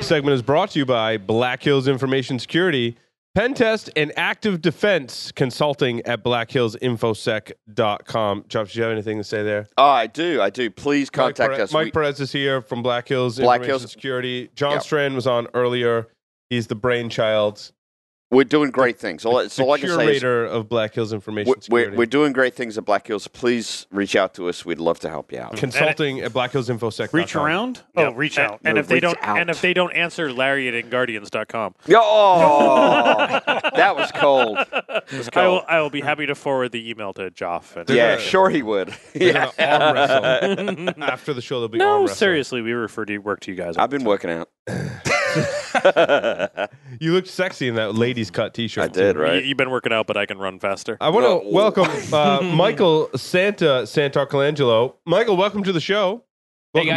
segment is brought to you by Black Hills Information Security, Pen Test, and Active Defense Consulting at blackhillsinfosec.com. Chops, do you have anything to say there? Oh, I do. I do. Please contact Mike Perez, us. Mike We- Perez is here from Black Hills Black Information Hills- Security. John Yep. Strand was on earlier. He's the brainchild, we're doing great things. All, so the all I can say is curator of Black Hills Information we're, we're, Security. we're doing great things at Black Hills. Please reach out to us. We'd love to help you out. Consulting at blackhillsinfosec.com. Reach around? Yeah. Oh, reach out. No, And if they reach don't out. and if they don't answer Lariat and Guardians.com. Oh, that was cold. I will I will be happy to forward the email to Joff and They're yeah, gonna- sure he would. They're yeah. gonna arm wrestle. After the show, they'll be arm No, wrestling. seriously, we refer to work to you guys. I've been working out. You looked sexy in that ladies' cut t shirt. I did, You, right? you've been working out, but I can run faster. I want to Whoa. welcome uh, Michael Santa Santarcolangelo. Michael, welcome to the show. Hey, Welcome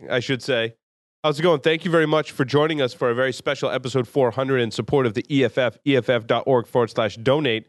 back, I should say. How's it going? Thank you very much for joining us for a very special episode 400 in support of the E EFF, EFF.org forward slash donate.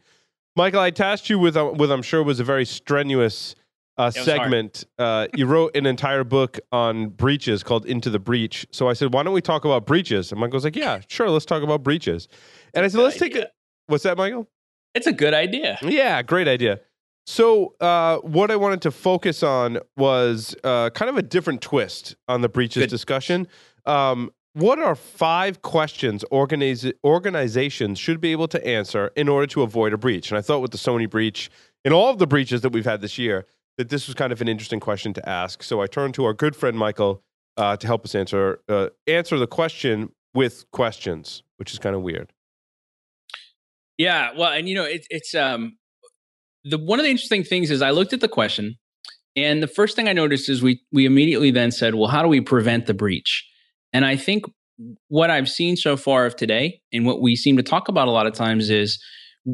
Michael, I tasked you with, uh, with I'm sure was a very strenuous uh, was segment. Uh, you wrote an entire book on breaches called Into the Breach. So I said, why don't we talk about breaches? And Michael's like, yeah, sure, let's talk about breaches. And I said, let's take a. idea. What's that, Michael? It's a good idea. Yeah, great idea. So, uh, what I wanted to focus on was uh, kind of a different twist on the breaches Good. discussion. Um, what are five questions organiz- organizations should be able to answer in order to avoid a breach? And I thought with the Sony breach and all of the breaches that we've had this year, that this was kind of an interesting question to ask. So I turned to our good friend Michael uh, to help us answer uh, answer the question with questions, which is kind of weird. Yeah. Well, and you know, it, it's um the one of the interesting things is I looked at the question, and the first thing I noticed is we we immediately then said, well, how do we prevent the breach? And I think what I've seen so far of today, and what we seem to talk about a lot of times, is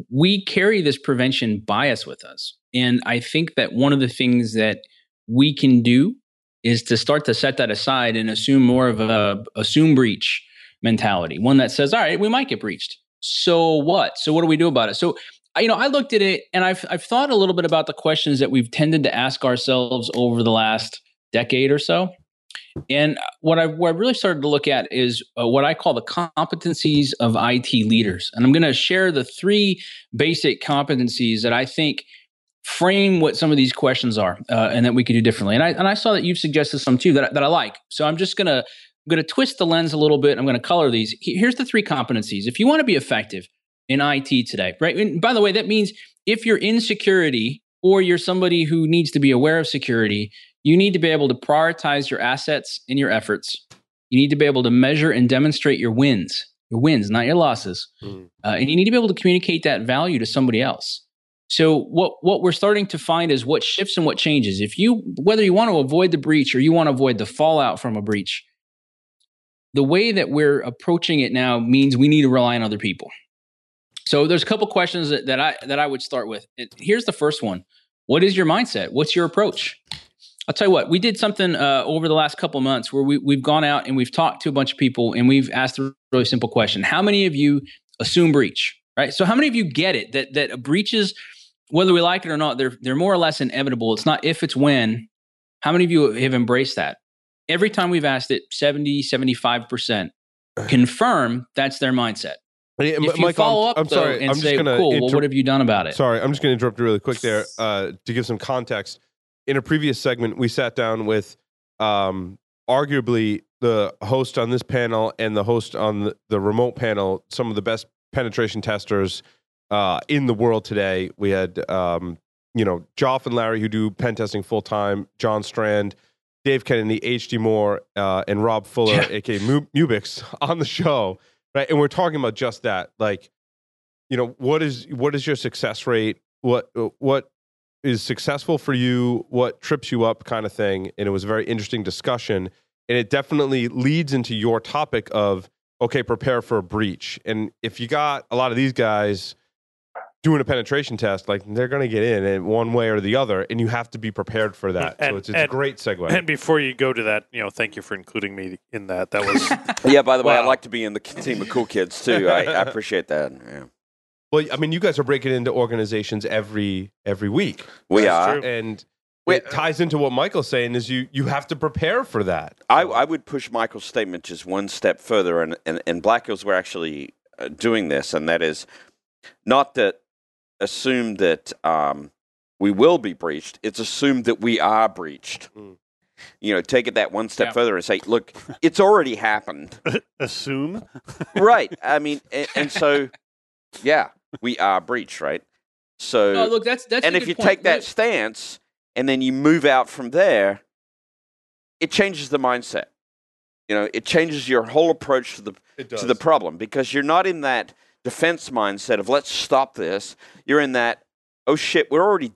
we carry this prevention bias with us. And I think that one of the things that we can do is to start to set that aside and assume more of a assume breach mentality, one that says, all right, we might get breached. So what? So what do we do about it? So I- you know, I looked at it and I've I've thought a little bit about the questions that we've tended to ask ourselves over the last decade or so. And what I what I really started to look at is uh, what I call the competencies of IT leaders. And I'm going to share the three basic competencies that I think frame what some of these questions are uh, and that we could do differently. And I and I saw that you've suggested some too that I- that I like. So I'm just going to I'm going to twist the lens a little bit. I'm going to color these. He- Here's the three competencies. If you want to be effective in IT today, right? And by the way, that means if you're in security or you're somebody who needs to be aware of security, you need to be able to prioritize your assets and your efforts. You need to be able to measure and demonstrate your wins, your wins, not your losses. Mm. Uh, and you need to be able to communicate that value to somebody else. So what what we're starting to find is what shifts and what changes. If you whether you want to avoid the breach or you want to avoid the fallout from a breach, the way that we're approaching it now means we need to rely on other people. So there's a couple questions that, that I that I would start with. It- here's the first one: What is your mindset? What's your approach? I'll tell you what. We did something uh, over the last couple months where we we've gone out and we've talked to a bunch of people and we've asked a really simple question: How many of you assume breach? Right. So how many of you get it that that breaches, whether we like it or not, they're they're more or less inevitable. It's not if, it's when. How many of you have embraced that? every time we've asked it 70 75% confirm that's their mindset Hey, M- if you Michael, follow I'm, up I'm though, sorry. and I'm say just gonna cool well, interrupt- what have you done about it Sorry, I'm just going to interrupt you really quick there uh, to give some context. In a previous segment, we sat down with um, arguably the host on this panel and the host on the, the remote panel, some of the best penetration testers uh, in the world today. We had, um, you know, Joff and Larry who do pen testing full time, John Strand, Dave Kennedy, HD Moore, uh, and Rob Fuller, Yeah. aka Mu- Mubix, on the show, right? And we're talking about just that, like you know what is what is your success rate what uh, what is successful for you what trips you up kind of thing and it was a very interesting discussion and it definitely leads into your topic of okay prepare for a breach and if you got a lot of these guys doing a penetration test like they're going to get in in one way or the other and you have to be prepared for that so And- it's, it's a and- great segue And before you go to that, you know, thank you for including me in that. That was yeah, by the way, I Wow. like to be in the team of cool kids too. I, I appreciate that. Yeah. well i mean you guys are breaking into organizations every every week We That's are. true. and Wait, it ties into what Michael's saying is you you have to prepare for that. I, I would push Michael's statement just one step further, and, and, and Black Hills were actually uh, doing this, and that is not that assume that um, we will be breached, it's assumed that we are breached. Mm. You know, take it that one step Yeah. further and say, look, it's already happened. Assume. right. I mean, and, and so, yeah, we are breached, right? So, No, look, that's that's. a and if good you point. take that Look, stance and then you move out from there, it changes the mindset. You know, it changes your whole approach to the It does. to the problem because you're not in that defense mindset of let's stop this. You're in that oh shit, we're already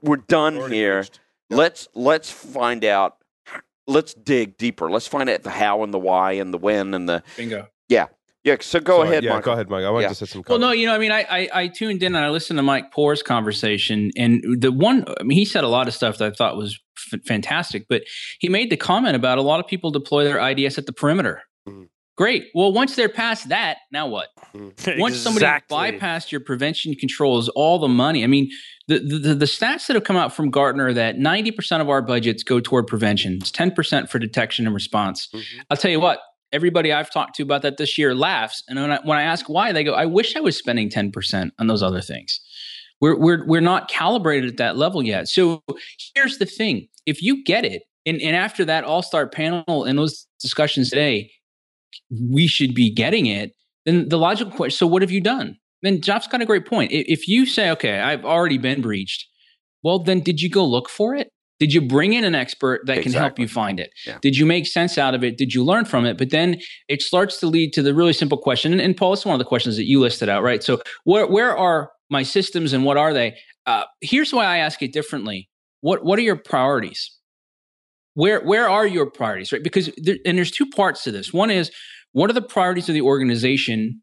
we're done Already here. breached. yeah. Let's let's find out. Let's dig deeper. Let's find out the how and the why and the when and the bingo. yeah. So go Sorry, ahead, yeah, Michael. go ahead, Mike. I wanted Yeah. to say some. Well, no, comments. you know, I mean, I, I I tuned in and I listened to Mike Poor's conversation, and the one, I mean, he said a lot of stuff that I thought was f- fantastic, but he made the comment about a lot of people deploy their IDS at the perimeter. Mhm. Great. Well, once they're past that, now what? once somebody bypassed your prevention controls all the money i mean the, the the stats that have come out from gartner that 90% of our budgets go toward prevention it's 10% for detection and response Mhm. i'll tell you what everybody i've talked to about that this year laughs and when i, when I ask why they go i wish i was spending 10% on those other things we're, we're, we're not calibrated at that level yet so here's the thing if you get it and, and after that all-star panel and those discussions today we should be getting it then the logical question so what have you done then jeff's got a great point I- if you say okay i've already been breached well then did you go look for it did you bring in an expert that can help Exactly. you find it Yeah. did you make sense out of it did you learn from it but then it starts to lead to the really simple question and, and paul it's one of the questions that you listed out right so where, where are my systems and what are they uh, here's why i ask it differently what what are your priorities where where are your priorities right because there, and there's two parts to this one is what are the priorities of the organization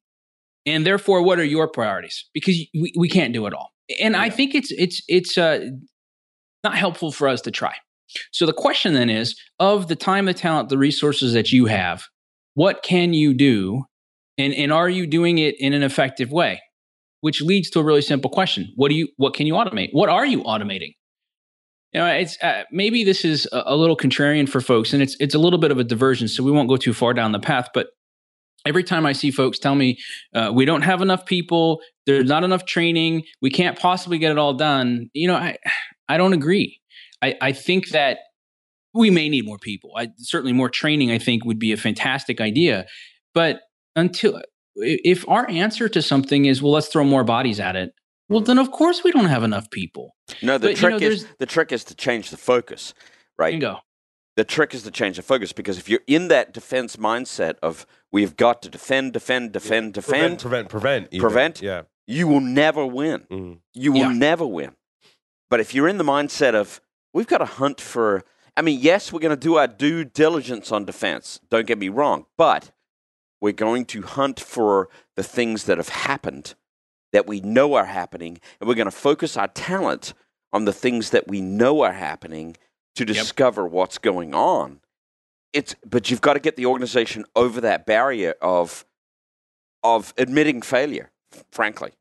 and therefore what are your priorities because we, we can't do it all and i Yeah. think it's it's it's uh, not helpful for us to try so the question then is of the time the talent the resources that you have what can you do and and are you doing it in an effective way which leads to a really simple question what do you what can you automate what are you automating you know, it's uh, maybe this is a, a little contrarian for folks, and it's it's a little bit of a diversion, so we won't go too far down the path. But every time I see folks tell me uh, we don't have enough people, there's not enough training, we can't possibly get it all done. You know, I I don't agree. I I think that we may need more people. I certainly more training. I think would be a fantastic idea, but until i- if our answer to something is well, let's throw more bodies at it. Well, then of course we don't have enough people. No, the But, you trick know, is there's- the trick is to change the focus, right? Bingo. the trick is to change the focus because if you're in that defense mindset of we've got to defend, defend, defend, prevent, defend, prevent, prevent, even. Prevent? Yeah. you will never win. Mhm. You will Yeah. never win. But if you're in the mindset of we've got to hunt for, I mean, yes, we're going to do our due diligence on defense. Don't get me wrong, but we're going to hunt for the things that have happened that we know are happening, and we're going to focus our talent on the things that we know are happening to discover what's going on. It's but you've got to get the organization over that barrier of of admitting failure, frankly,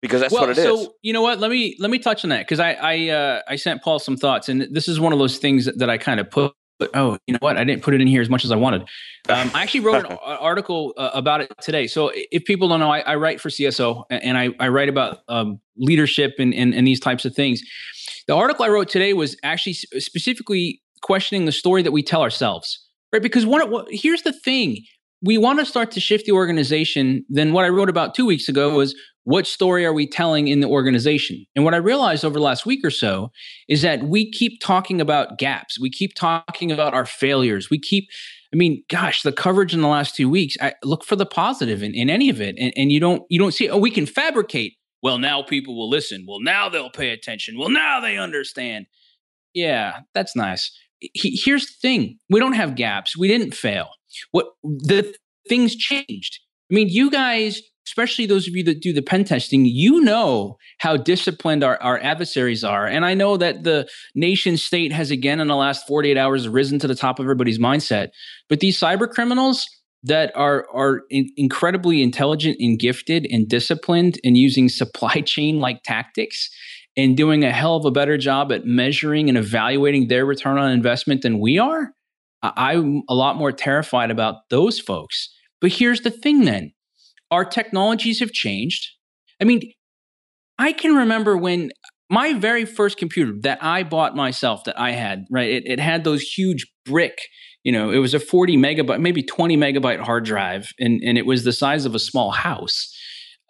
because that's what it is. so you know what? Let me let me touch on that because I I uh, I sent Paul some thoughts, and this is one of those things that, that I kind of put. But oh, you know what? I didn't put it in here as much as I wanted. Um, I actually wrote an a- article uh, about it today. So i- if people don't know, I, I write for CSO a- and I, I write about um, leadership and, and and these types of things. The article I wrote today was actually s- specifically questioning the story that we tell ourselves, right? Because one, of- what- here's the thing: we want to start to shift the organization. Then what I wrote about two weeks Hmm. ago was what story are we telling in the organization? And what I realized over the last week or so is that we keep talking about gaps. We keep talking about our failures. We keep, I mean, gosh, the coverage in the last two weeks, I look for the positive in, in any of it. And, and you don't, you don't see, oh, we can fabricate. Well, now people will listen. Well, now they'll pay attention. Well, now they understand. Yeah, that's nice. He- Here's the thing. We don't have gaps. We didn't fail. What the things changed. I mean, you guys, especially those of you that do the pen testing, you know how disciplined our, our adversaries are. And I know that the nation state has again in the last 48 hours risen to the top of everybody's mindset. But these cyber criminals that are are in- incredibly intelligent and gifted and disciplined and using supply chain like tactics and doing a hell of a better job at measuring and evaluating their return on investment than we are, I- I'm a lot more terrified about those folks. But here's the thing then our technologies have changed. I mean, I can remember when my very first computer that I bought myself that I had, right? It, it had those huge brick, you know, it was a 40 megabyte, maybe 20 megabyte hard drive, and, and it was the size of a small house.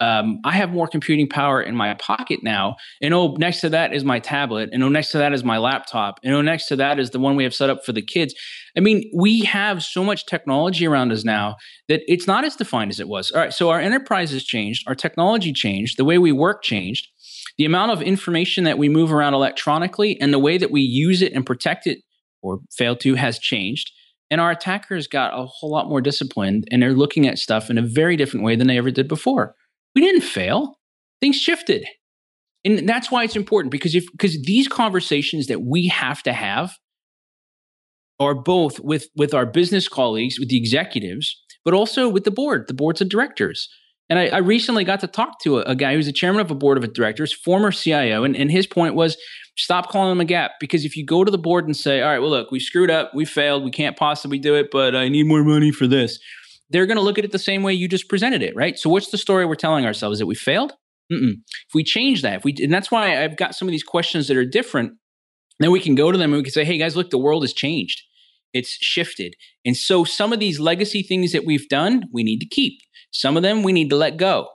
Um, I have more computing power in my pocket now. And oh, next to that is my tablet. And oh, next to that is my laptop. And oh, next to that is the one we have set up for the kids. I mean, we have so much technology around us now that it's not as defined as it was. All right. So our enterprise has changed, our technology changed, the way we work changed, the amount of information that we move around electronically, and the way that we use it and protect it or fail to has changed. And our attackers got a whole lot more disciplined and they're looking at stuff in a very different way than they ever did before we didn't fail things shifted and that's why it's important because if because these conversations that we have to have are both with with our business colleagues with the executives but also with the board the boards of directors and i, I recently got to talk to a, a guy who's the chairman of a board of directors former cio and, and his point was stop calling them a gap because if you go to the board and say all right well look we screwed up we failed we can't possibly do it but i need more money for this they're going to look at it the same way you just presented it, right? So what's the story we're telling ourselves that we failed? Mm-mm. If we change that, if we and that's why I've got some of these questions that are different. Then we can go to them and we can say, "Hey guys, look, the world has changed. It's shifted." And so some of these legacy things that we've done, we need to keep. Some of them we need to let go.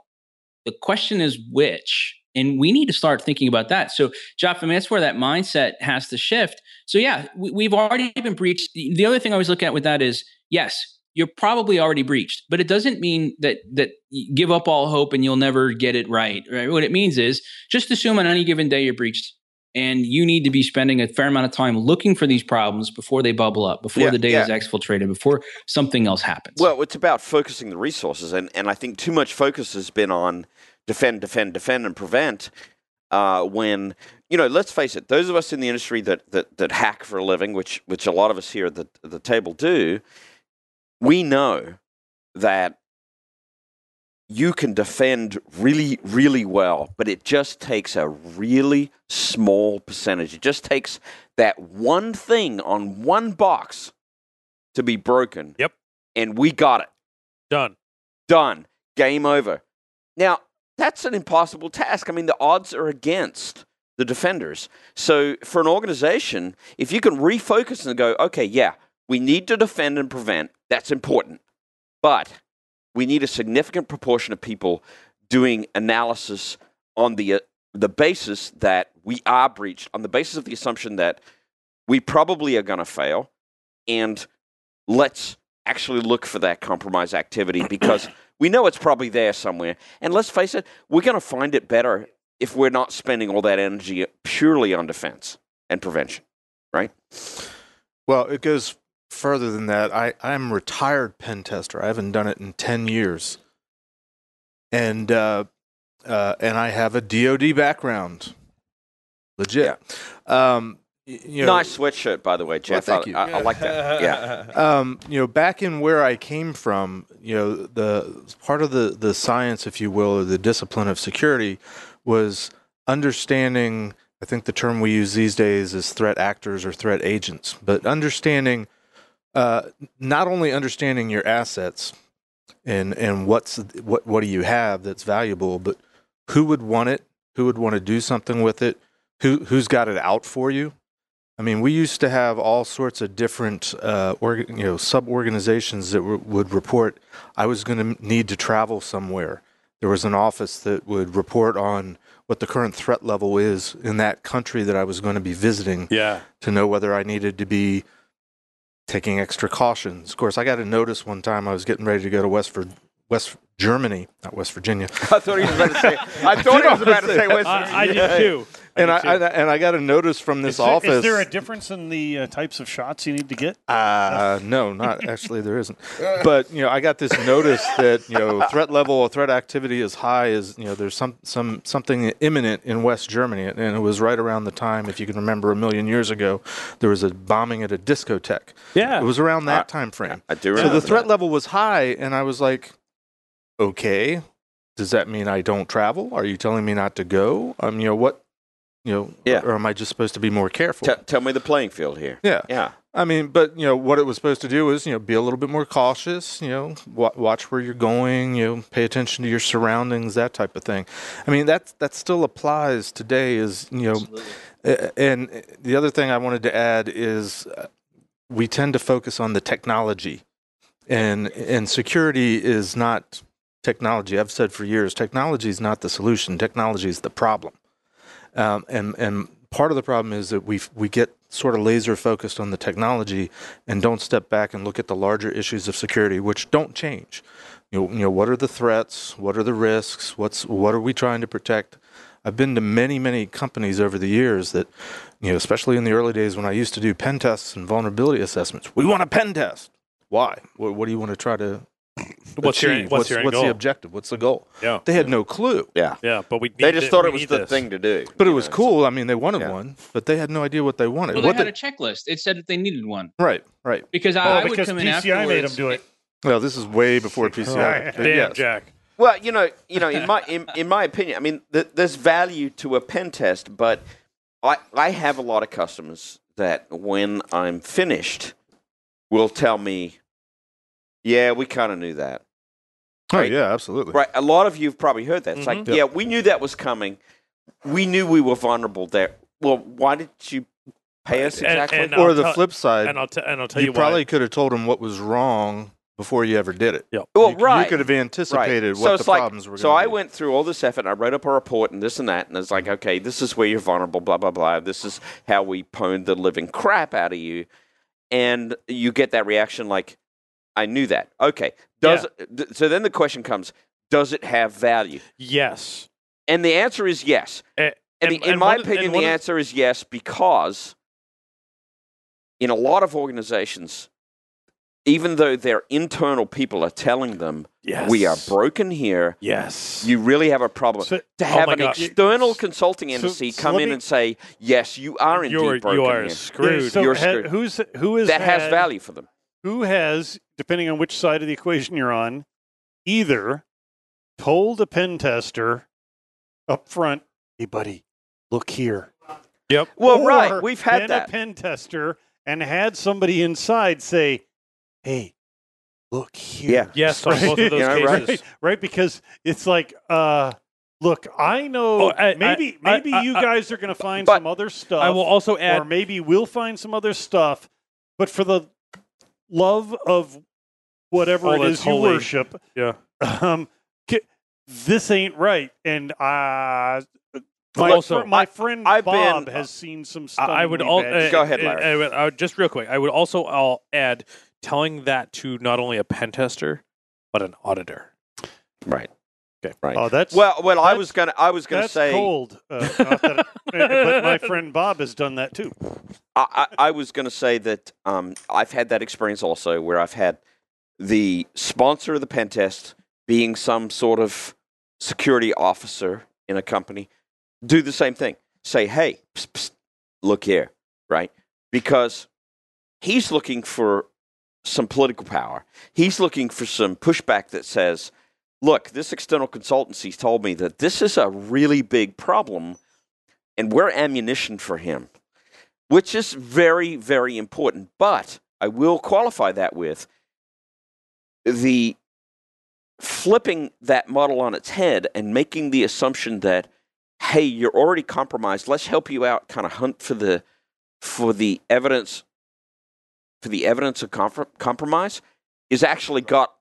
The question is which. And we need to start thinking about that. So, Jeff, I mean, that's where that mindset has to shift. So, yeah, we, we've already been breached. The the other thing I always look at with that is, yes, you're probably already breached but it doesn't mean that that give up all hope and you'll never get it right, right what it means is just assume on any given day you're breached and you need to be spending a fair amount of time looking for these problems before they bubble up before Yeah, the data yeah. is exfiltrated before something else happens Well, it's about focusing the resources, and, and I think too much focus has been on defend, defend, defend, and prevent. Uh, when you know, let's face it, those of us in the industry that that, that hack for a living, which which a lot of us here at the, the table do, we know that you can defend really, really well, but it just takes a really small percentage. It just takes that one thing on one box to be broken. Yep. And we got it. Done. Done. Game over. Now, that's an impossible task. I mean, the odds are against the defenders. So, for an organization, if you can refocus and go, okay, yeah, we need to defend and prevent, that's important. But we need a significant proportion of people doing analysis on the, uh, the basis that we are breached, on the basis of the assumption that we probably are going to fail. And let's actually look for that compromise activity because we know it's probably there somewhere. And let's face it, we're going to find it better if we're not spending all that energy purely on defense and prevention. Well, it goes further than that. I, I'm a retired pen tester. I haven't done it in 10 years. And uh, uh, and I have a DoD background. Legit. Um, y- you know, nice sweatshirt, by the way, Jeff. thank I, you. I, I like that. Yeah. um, you know, back in where I came from, you know, the part of the the science, if you will, or the discipline of security, was understanding. I think the term we use these days is threat actors or threat agents, but understanding, uh, not only understanding your assets, and and what's what what do you have that's valuable, but who would want it, who would want to do something with it, who who's got it out for you. I mean, we used to have all sorts of different, uh, org- you know, sub organizations that w- would report. I was going to need to travel somewhere. There was an office that would report on what the current threat level is in that country that I was going to be visiting Yeah. to know whether I needed to be taking extra cautions. Of course, I got a notice one time I was getting ready to go to West Vir- West Germany, not West Virginia, I thought he was about to say. I thought he was about to say. West I, I Virginia. did too. and I, did I too. and I got a notice from this is, there- office. is there a difference in the uh, types of shots you need to get? Uh, no, not actually. There isn't. But you know, I got this notice that you know threat level or threat activity is high. Is you know there's some some something imminent in West Germany, and it was right around the time, if you can remember, a million years ago, there was a bombing at a discotheque. Yeah. It was around that time frame. I do So remember the threat that. level was high, and I was like, okay, does that mean I don't travel? Are you telling me not to go? Um, you know what? You know, Yeah. or am I just supposed to be more careful? T- tell me the playing field here. yeah. Yeah. I mean, but you know what it was supposed to do is you know be a little bit more cautious. You know, wa watch where you're going. You know, pay attention to your surroundings, that type of thing. I mean, that that still applies today. Is you know, a- and the other thing I wanted to add is uh, we tend to focus on the technology, and and security is not technology. I've said for years, technology is not the solution. Technology is the problem. Um, and and part of the problem is that we we get sort of laser focused on the technology and don't step back and look at the larger issues of security, which don't change. You know, you know what are the threats? What are the risks? What's what are we trying to protect? I've been to many many companies over the years that, you know, especially in the early days when I used to do pen tests and vulnerability assessments. We want a pen test. Why? What, what do you want to try to? What's your- achieve? what's your end what's the goal? objective? What's the goal? Yeah. They had no clue. Yeah, but we need They just thi- thought we it was need the this. thing to do. But it you was know, cool. I mean, they wanted Yeah. one, but they had no idea what they wanted. Well, what they had the- a checklist. It said that they needed one right, right. because I, Oh, I would because come in PCI afterwards. made him do it. Well, this is way before PCI. Right. but Oh, Damn, yes. Jack. Well, you know, you know, in my in, in my opinion, I mean, th- there's value to a pen test, but I I have a lot of customers that when I'm finished, will tell me, "Yeah, we kind of knew that." Oh Right. yeah, absolutely. Right. A lot of you have probably heard that. It's like, Mm-hmm. Yep. yeah, we knew that was coming. We knew we were vulnerable there. Well, why did you pay us And- exactly? and- Or I'll the tell- flip side, And I'll, t- and I'll tell you, you, probably could have told them what was wrong before you ever did it. well, you, you right. could have anticipated right. what the it's like- problems were. So gonna I be. went through all this effort. And I wrote up a report and this and that, and it's like, okay, this is where you're vulnerable. Blah blah blah. This is how we pwned the living crap out of you, and you get that reaction like, I knew that. Okay. Does th- so? Then the question comes: Does it have value? why. Yes. And the answer is yes. A- And, and- in and my one of- opinion, and one the of- answer is yes because in a lot of organizations, even though their internal people are telling them Yes. we are broken here, Yes. you really have a problem. So- oh to have my an God. external consulting So- entity so come let in me- and say, yes, you are indeed You're, broken you are here. screwed. So You're ha- screwed. who's who is that has had- value for them. who has, depending on which side of the equation you're on, either told a pen tester up front, hey, buddy, look here. Well, or right. We've been had a that. pen tester and had somebody inside say, hey, look here. Yeah. yes, on both of those Yeah, right. cases. Right, right, because it's like, uh, look, I know Oh, I- I- maybe I- maybe I- you I- guys are going to find but some other stuff I will also or add. maybe we'll find some other stuff. But for the love of whatever All it Oh, that's is holy. you worship, Yeah. um, ki- this ain't right. And uh, my, Also- fr- my friend I've Bob been- has seen some I stuff. I would all uh, Go ahead, uh, Larry. I would- I would- just real quick. I would also I'll add telling that to not only a pen tester but an auditor. Right. Okay. Uh, Right. oh, that's well, well, I that's- was gonna, I was gonna that's say, cold. Uh, not that- but my friend Bob has done that too. I, I I was going to say that um, I've had that experience also where I've had the sponsor of the pen test being some sort of security officer in a company do the same thing. Say, hey, psst, psst, look here, right? Because he's looking for some political power. He's looking for some pushback that says, look, this external consultancy's told me that this is a really big problem and we're ammunition for him which is very, very important. But I will qualify that with the flipping that model on its head and making the assumption that, hey, you're already compromised. Let's help you out. Kind of hunt for the for the evidence for the evidence of comprom- compromise is actually got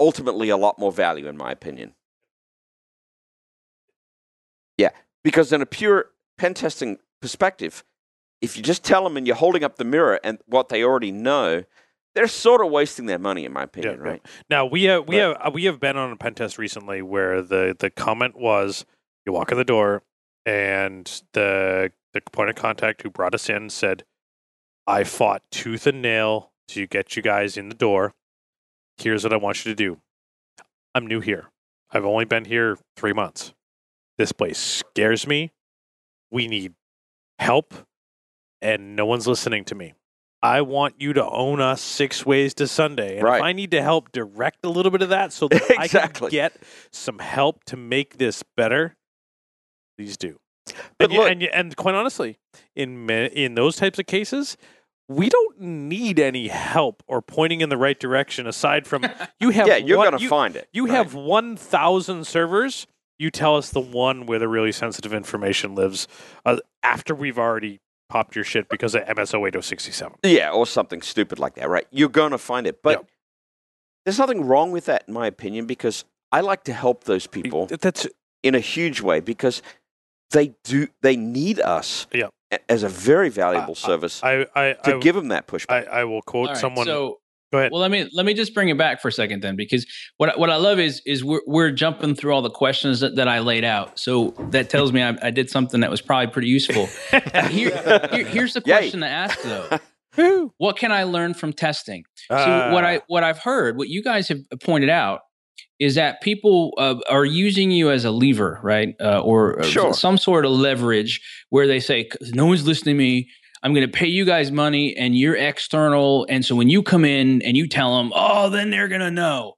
ultimately a lot more value in my opinion. Yeah, because in a pure pen testing perspective, if you just tell them and you're holding up the mirror and what they already know, they're sort of wasting their money, in my opinion, yeah. right? Now we have we But- have uh, we have been on a pen test recently where the the comment was you walk in the door and the the point of contact who brought us in said I fought tooth and nail to get you guys in the door. Here's what I want you to do. I'm new here. I've only been here 3 months. This place scares me. We need help and no one's listening to me. I want you to own us six ways to Sunday. And Right. if I need to help direct a little bit of that so that I Exactly. can get some help to make this better, please do. But and, you- look- and, you- and quite honestly, in ma- in those types of cases, we don't need any help or pointing in the right direction aside from you have yeah, you're one- going to you- find it. You right? have 1,000 servers. You tell us the one where the really sensitive information lives uh, after we've already popped your shit because of MSO 8067. Yeah, or something stupid like that, right? You're going to find it. But Yeah. there's nothing wrong with that, in my opinion, because I like to help those people That's in a huge way because they do they need us Yeah. a- as a very valuable I- service I I to I, give them that pushback. I, I will quote All right, someone. So Go ahead. Well, let me let me just bring it back for a second then, because what I- what I love is is we're we're jumping through all the questions that, that I laid out. So that tells me I, I did something that was probably pretty useful. Here, here- here's the Yay. question to ask though: What can I learn from testing? Ah. so what I what I've heard, what you guys have pointed out, is that people uh, are using you as a lever, right, uh, or uh, Sure. some sort of leverage where they say, "No one's listening to me. I'm going to pay you guys money, and you're external. And so when you come in and you tell them, oh, then they're going to know."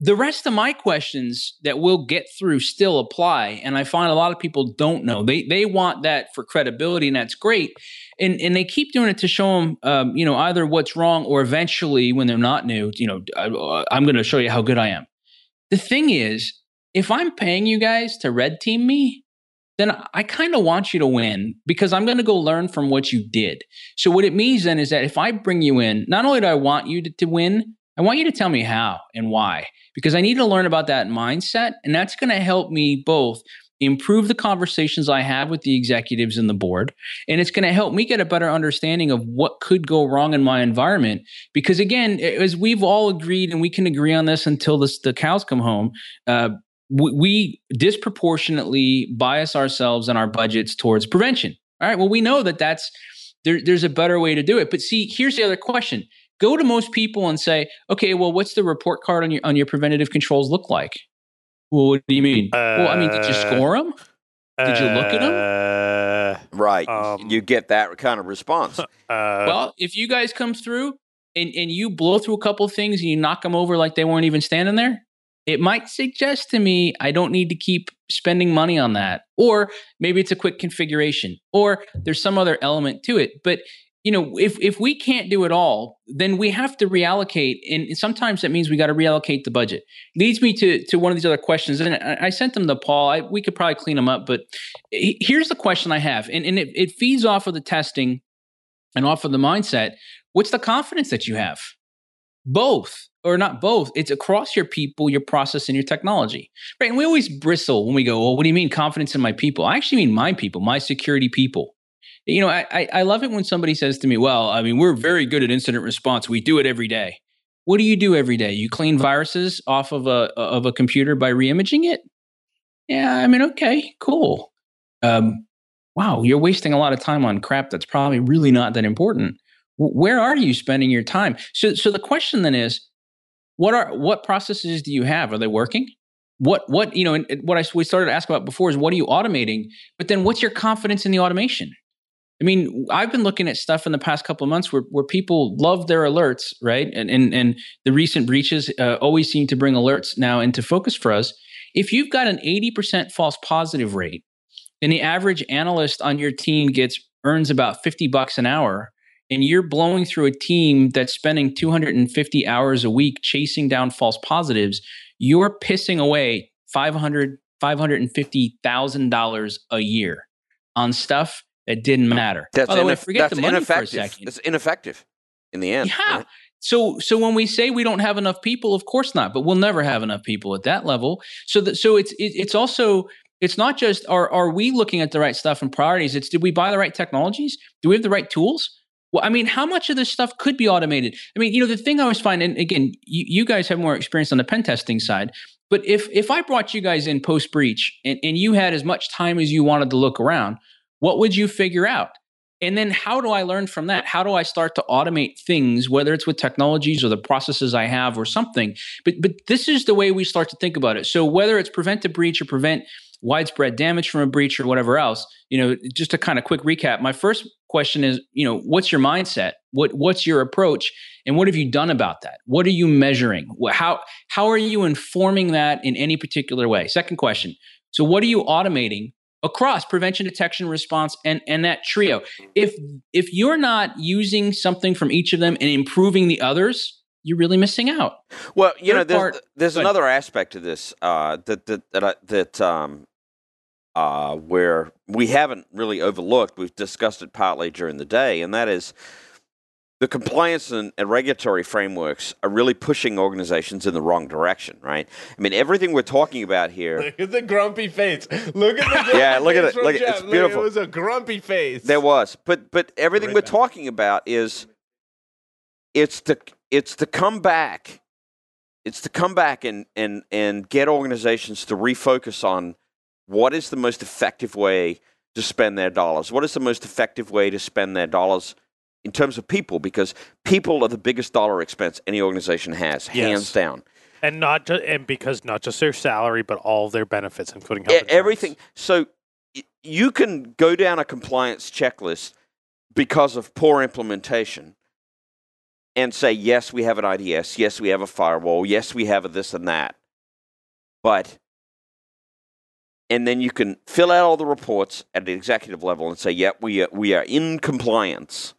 The rest of my questions that we'll get through still apply, and I find a lot of people don't know. They they want that for credibility, and that's great and and they keep doing it to show them, um, you know, either what's wrong or eventually when they're not new, you know, I, uh, I'm going to show you how good I am. The thing is, if I'm paying you guys to red team me, then I kind of want you to win because I'm going to go learn from what you did. So what it means then is that if I bring you in, not only do I want you to, to win, I want you to tell me how and why because I need to learn about that mindset, and that's going to help me both improve the conversations I have with the executives and the board and it's going to help me get a better understanding of what could go wrong in my environment because again as we've all agreed and we can agree on this until this, the cows come home uh, we, we disproportionately bias ourselves and our budgets towards prevention all right well we know that that's there, there's a better way to do it but see here's the other question go to most people and say okay well what's the report card on your on your preventative controls look like well what do you mean well i mean did you Uh, score them Did you look at 'em? Uh, right. um, you get that kind of response. uh, well, if you guys come through and, and you blow through a couple of things and you knock them over like they weren't even standing there, it might suggest to me I don't need to keep spending money on that. Or maybe it's a quick configuration, or there's some other element to it. But you know, if if we can't do it all, then we have to reallocate, and sometimes that means we got to reallocate the budget. Leads me to to one of these other questions, and I, I sent them to Paul. I, we could probably clean them up, but he- here's the question I have, and and it, it feeds off of the testing and off of the mindset, what's the confidence that you have? Both, or not both. It's across your people, your process, and your technology. Right. And we always bristle when we go, well, what do you mean confidence in my people? I actually mean my people, my security people. You know, I, I, I love it when somebody says to me, well, I mean, we're very good at incident response. We do it every day. What do you do every day? You clean viruses off of a of a computer by reimaging it? Yeah, I mean, okay, cool. Um, wow, you're wasting a lot of time on crap that's probably really not that important. W- Where are you spending your time? So, so the question then is, what are what processes do you have? Are they working? What what you know? And and what I we started to ask about before is what are you automating? But then, what's your confidence in the automation? I mean, I've been looking at stuff in the past couple of months where, where people love their alerts, right? And and and the recent breaches uh, always seem to bring alerts now into focus for us. If you've got an eighty percent false positive rate then the average analyst on your team gets earns about 50 bucks an hour and you're blowing through a team that's spending 250 hours a week chasing down false positives you're pissing away 500 550000 dollars a year on stuff that didn't matter That's, by the way ineff- forget that's the money ineffective. for a second It's ineffective in the end. yeah. right? So so when we say we don't have enough people, of course not, but we'll never have enough people at that level. So that so it's it, it's also it's not just are are we looking at the right stuff and priorities? It's did we buy the right technologies? Do we have the right tools? Well, I mean, how much of this stuff could be automated? I mean, you know, the thing I was finding, and again, you, you guys have more experience on the pen testing side, but if if I brought you guys in post breach and, and you had as much time as you wanted to look around, what would you figure out? And then how do I learn from that? How do I start to automate things, whether it's with technologies or the processes I have or something? But but this is the way we start to think about it. So whether it's prevent a breach or prevent widespread damage from a breach or whatever else, you know, just a kind of quick recap. My first question is, you know, what's your mindset? What what's your approach? And what have you done about that? What are you measuring? Wh- How how are you informing that in any particular way? Second question. So what are you automating? across prevention detection response and and that trio if if you're not using something from each of them and improving the others you're really missing out Well, you know, Third there's, part- there's go ahead. another aspect to this uh, that that that, I- that um, uh, where we haven't really overlooked. We've discussed it partly during the day, and that is the compliance and, and regulatory frameworks are really pushing organizations in the wrong direction. Right? I mean, everything we're talking about here. Look at the grumpy face. Look at the grumpy Yeah, look at face it. from Look at it. Jeff. It's beautiful. it was a grumpy face. There was, but but everything Right we're back. talking about is it's the it's the comeback, it's to come back and and and get organizations to refocus on what is the most effective way to spend their dollars. What is the most effective way to spend their dollars in terms of people? Because people are the biggest dollar expense any organization has, hands Yes. down. and not just and because not just their salary, but all of their benefits, including E- health insurance. everything. So y- you can go down a compliance checklist because of poor implementation and say, yes, we have an IDS. Yes, we have a firewall. Yes, we have a this and that. But, and then you can fill out all the reports at the executive level and say, yep, we are, we are in compliance.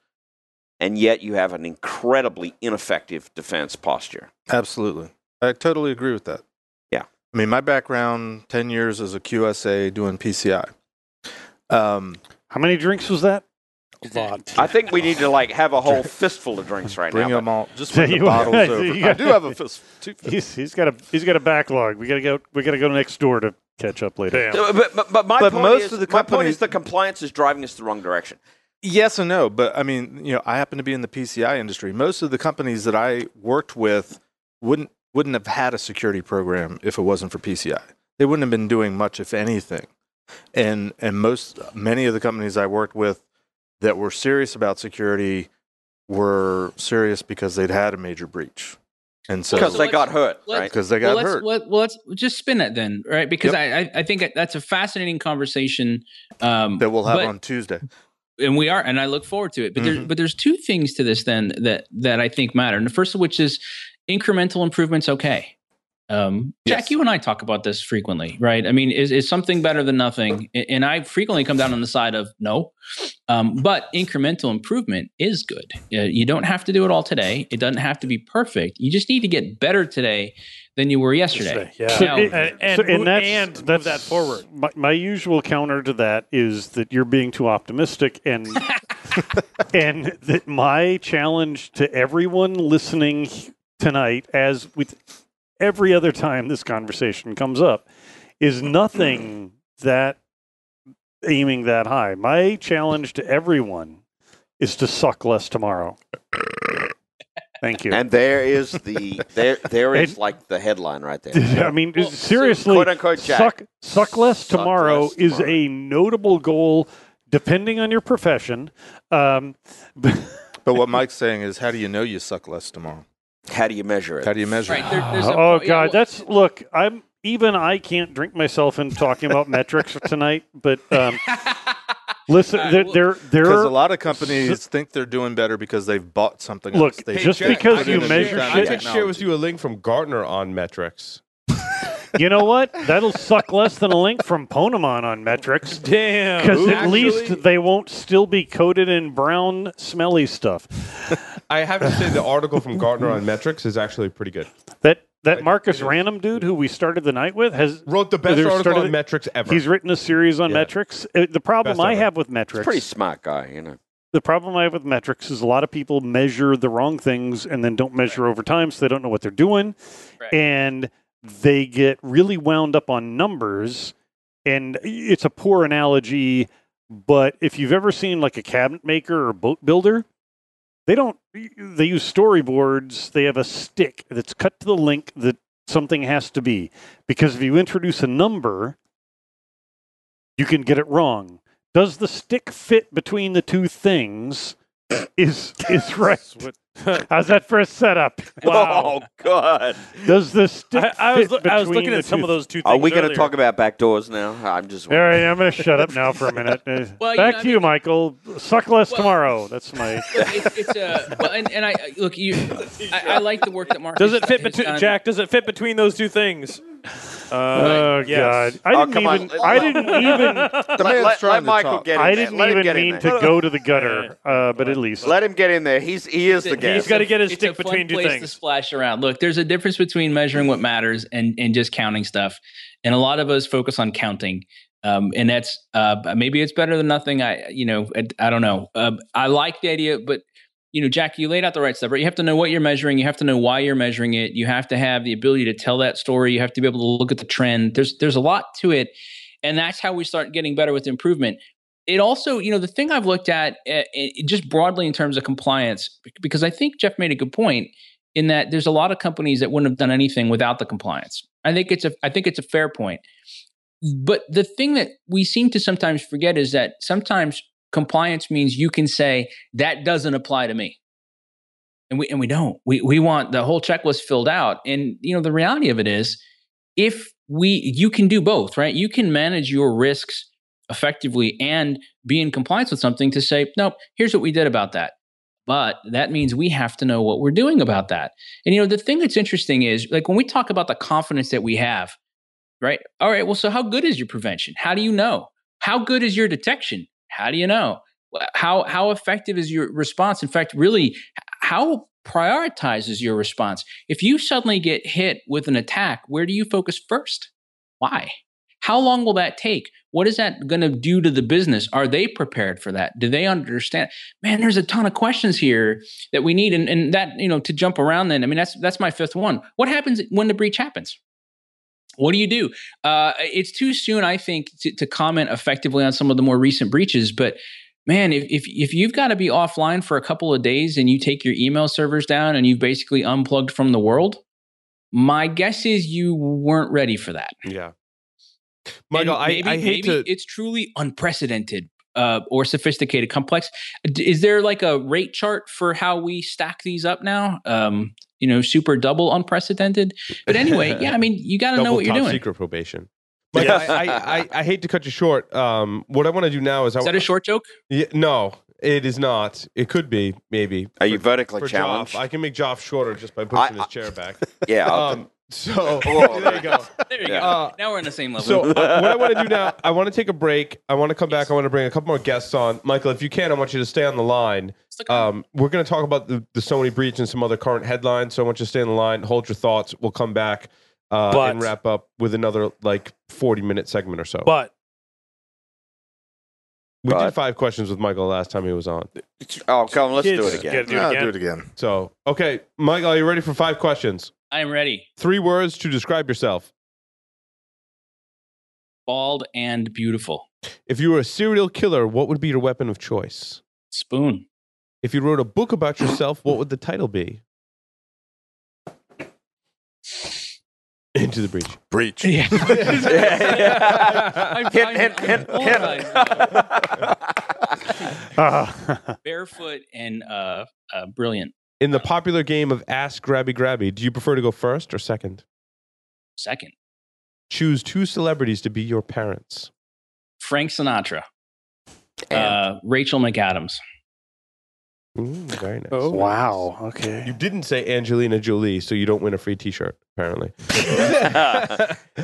And yet you have an incredibly ineffective defense posture. Absolutely. I totally agree with that. Yeah. I mean, my background 10 years as a QSA doing PCI. Um, How many drinks was that? A lot. I think we need to like have a whole fistful of drinks right bring now. them all. Just Yeah, bring the you- bottles you over. I got- do have a fist. Two fists. He's, he's got a he's got a backlog. We gotta go. We gotta go next door to catch up later. Damn. So, but, but, but my But point most is, of the my point is companies- the compliance is driving us the wrong direction. Yes and no, but I mean, you know, I happen to be in the PCI industry. Most of the companies that I worked with wouldn't wouldn't have had a security program if it wasn't for PCI. They wouldn't have been doing much, if anything. And and most many of the companies I worked with that were serious about security were serious because they'd had a major breach, and so Because Because they because let's- got hurt, let's- right? they got well, let's, hurt. Let, well, let's just spin that then, right? Because I, I, I think that's a fascinating conversation. Um, that we'll have but- on Tuesday. and we are, and I look forward to it. But there's Mhm. but there's two things to this then that that I think matter. And the first of which is incremental improvements. Okay, um, Jack, Yes. you and I talk about this frequently, right? I mean, is is something better than nothing? A- And I frequently come down on the side of no, um, but incremental improvement is good. Uh, you don't have to do it all today. It doesn't have to be perfect. You just need to get better today than you were yesterday. Yeah. So Now- it- and and, so- move, and move that forward. My, my usual counter to that is that you're being too optimistic, and and that my challenge to everyone listening tonight, as with every other time this conversation comes up, is nothing that aiming that high. My challenge to everyone is to suck less tomorrow. Thank you. And there is the there there is And- like the headline right there. I mean, Well, so- seriously, Quote unquote Jack. Suck, suck less Suck tomorrow less is tomorrow. a notable goal, depending on your profession. Um, but But what Mike's saying is, how do you know you suck less tomorrow? How do you measure it? How do you measure? Right, it? there- there's a- oh yeah, god, well- that's look. I'm even I can't drink myself in talking about metrics tonight. But um, listen, All right, Uh, well- there, there, Because a there. lot of companies think they're doing better because they've bought something Look, else. They Hey, just Jack, because I you could measure share- I shit- could share with you a link from Gartner on metrics. You know what? That'll suck less than a link from Ponemon on metrics. Damn. Because at Actually- least they won't still be coated in brown, smelly stuff. I have to say the article from Gartner on metrics is actually pretty good. That that I- Marcus it is. Random dude who we started the night with has Wrote the best They're article started- on metrics ever. he's written a series on Yeah. metrics. Uh, The problem Best I ever. have with He's a metrics, pretty smart guy, you know. the problem I have with metrics is a lot of people measure the wrong things and then don't measure over time, so they don't know what they're doing, Right. and they get really wound up on numbers. And it's a poor analogy, but if you've ever seen like a cabinet maker or boat builder, they don't they use storyboards they have a stick that's cut to the link that something has to be because if you introduce a number you can get it wrong does the stick fit between the two things is is right how's that for a setup Wow. Oh God. does the stick I, I was fit loo- I was between looking the at some two- of those two. Are things we going to earlier. talk about backdoors now? I'm just all right i'm going to shut up now for a minute Uh, Well, you back know, I to you michael suck less Well- tomorrow that's my uh, Look, it's, it's a well, and, and I look you. I, I like the work that Mark Does has- it fit has between done. Jack? Does it fit between those two things? Uh, Oh yes. God! I Oh, didn't come on. even. I didn't even. The let, man's let- trying let to Michael talk. get in I there. didn't let him even get in mean there. to go to the gutter. Uh, but at least Let him get in there. He's he is the He's guest. He's got to get his it's stick a fun between two place to things. splash around. Look, there's a difference between measuring what matters and and just counting stuff. And a lot of us focus on counting. Um, and that's uh, maybe it's better than nothing. I you know I, I don't know. Um, I like the idea, but you know, Jack, you laid out the right stuff. Right, you have to know what you're measuring. You have to know why you're measuring it. You have to have the ability to tell that story. You have to be able to look at the trend. There's there's a lot to it, and that's how we start getting better with improvement it also, you know, the thing I've looked at uh, it- just broadly in terms of compliance, bec- because I think Jeff made a good point in that there's a lot of companies that wouldn't have done anything without the compliance. I think it's a, I think it's a fair point. But the thing that we seem to sometimes forget is that sometimes compliance means you can say that doesn't apply to me. And we, and we don't, we, we want the whole checklist filled out. And, you know, the reality of it is if we, you can do both, right? You can manage your risks effectively and be in compliance with something to say, nope, here's what we did about that. But that means we have to know what we're doing about that. And you know, the thing that's interesting is like when we talk about the confidence that we have, right? All right, well, so how good is your prevention? How do you know? How good is your detection? How do you know? Wh- How how effective is your response? In fact, really, h- how prioritizes your response? If you suddenly get hit with an attack, where do you focus first? Why? How long will that take? What is that going to do to the business? Are they prepared for that? Do they understand? Man, there's a ton of questions here that we need, and, and that you know to jump around. Then I mean that's that's my fifth one. What happens when the breach happens? What do you do? Uh, it's too soon, I think, to, to comment effectively on some of the more recent breaches. But man, if if, if you've got to be offline for a couple of days and you take your email servers down and you've basically unplugged from the world, my guess is you weren't ready for that. Yeah. Michael, And I, I hate to. It's truly unprecedented uh, or sophisticated, complex. D- Is there like a rate chart for how we stack these up now? Um, you know, super double unprecedented. But anyway, yeah, I mean, you got to know double what you're top doing. Secret probation. Michael, Yes. I, I, I, I hate to cut you short. Um, what I want to do now is, I, Is that a short joke? Yeah, no, it is not. It could be maybe. Are you for- vertically for challenged? Joff. I can make Joff shorter just by I- pushing his I- chair back. yeah. I'll- Um, so Oh, there you go. There you Yeah. go. Uh, now we're on the same level. So uh, what I want to do now, I want to take a break. I want to come back. I want to bring a couple more guests on. Michael, if you can, I want you to stay on the line. It's like- Um, we're going to talk about the, the Sony breach and some other current headlines. So I want you to stay on the line, hold your thoughts. We'll come back uh, But- and wrap up with another like forty minute segment or so. But we But- did five questions with Michael last time he was on. oh, come, let's do kids it again. get- Do it Ah, again? do it again. So okay, Michael, are you ready for five questions? I am ready. Three words to describe yourself. Bald and beautiful. If you were a serial killer, what would be your weapon of choice? Spoon. If you wrote a book about yourself, what would the title be? Into the breach. Breach. Yeah. Yeah. I'm, Hint, I'm- hint, I'm hint, polarized now. hint. Uh-huh. Ah, Barefoot and uh, uh, brilliant. In the popular game of Ask Grabby Grabby, do you prefer to go first or second? Second, Choose two celebrities to be your parents. Frank Sinatra. And- Uh, Rachel McAdams. Mm, very nice. Oh. Oh. wow. You Okay. didn't say Angelina Jolie, so you don't win a free t shirt, apparently.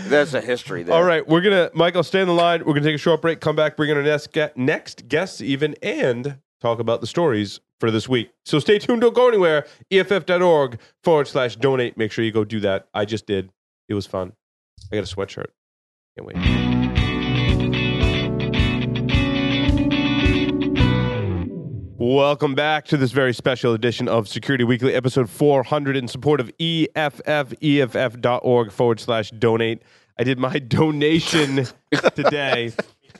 There's a history there. All right, we're gonna Michael stay in the line. We're gonna take a short break. Come back, bring in our next gue- next guests even, and talk about the stories for this week. So stay tuned. Don't go anywhere. E EFF.org forward slash donate. Make sure you go do that. I just did. It was fun. I got a sweatshirt. Can't wait. Welcome back to this very special edition of Security Weekly, episode 400, in support of E EFF, EFF.org forward slash donate. I did my donation today.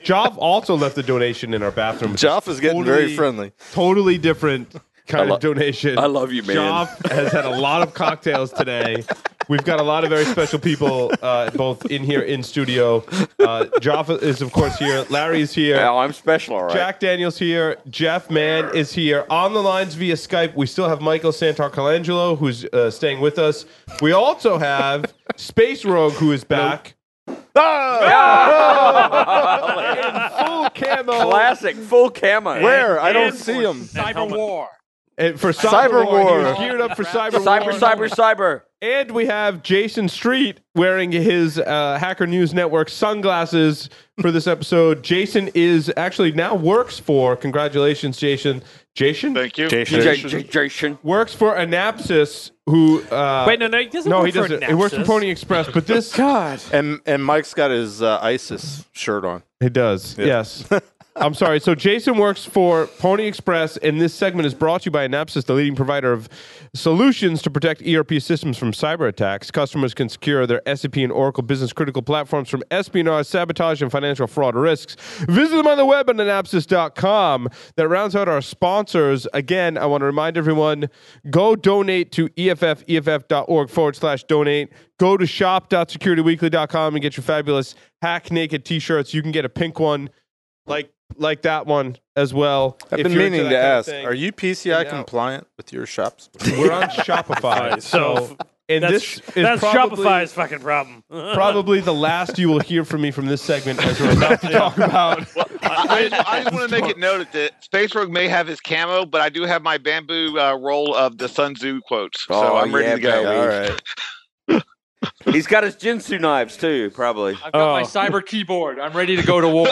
Joff also left a donation in our bathroom. which is Joff is getting very totally- friendly. Totally different kind I lo- of donation. I love you, man. Joff has had a lot of cocktails today. We've got a lot of very special people uh, both in here in studio. Uh, Joff is, of course, here. Larry's here. Well, I'm special, all right. Jack Daniels here. Jeff Mann is here on the lines via Skype. We still have Michael Santarcolangelo, who's uh, staying with us. We also have Space Rogue, who is back. Ah! Full camo. Classic, full camo. Where? I don't And see for him. Cyber war. And for Cyber, Cyber War. War. He was geared up for Cyber, Cyber, War. cyber, cyber. And we have Jason Street wearing his uh, Hacker News Network sunglasses for this episode. Jason is actually now works for, congratulations, Jason. Jason? Thank you. Jason. J- J- Jason. Works for Anapsis, who. Uh, Wait, no, no, he doesn't. no, work he for doesn't. He works for Naxos. Pony Express, but this. God. And and Mike's got his uh, ISIS shirt on. It does. Yes. I'm sorry. So Jason works for Pony Express, and this segment is brought to you by Anapsys, the leading provider of solutions to protect ERP systems from cyber attacks. Customers can secure their SAP and Oracle business critical platforms from espionage, sabotage, and financial fraud risks. Visit them on the web at anapsys.com. That rounds out our sponsors. Again, I want to remind everyone go donate to E EFFEFF.org forward slash donate. Go to shop.securityweekly.com and get your fabulous hack naked t shirts. You can get a pink one like like that one as well. I've If been you're into that meaning to kind of ask: thing. Are you PCI No. compliant with your shops? We're on Shopify, Right, so so and that's, this is that's probably, Shopify's fucking problem. Probably the last you will hear from me from this segment, as we're about to talk about. I, I, I just want to make it noted that Space Rogue may have his camo, but I do have my bamboo uh, roll of the Sun Tzu quotes, so Oh, I'm ready yeah, to go. baby. All right. He's got his Jinsu knives too, probably. I've got my Oh. cyber keyboard. I'm ready to go to war.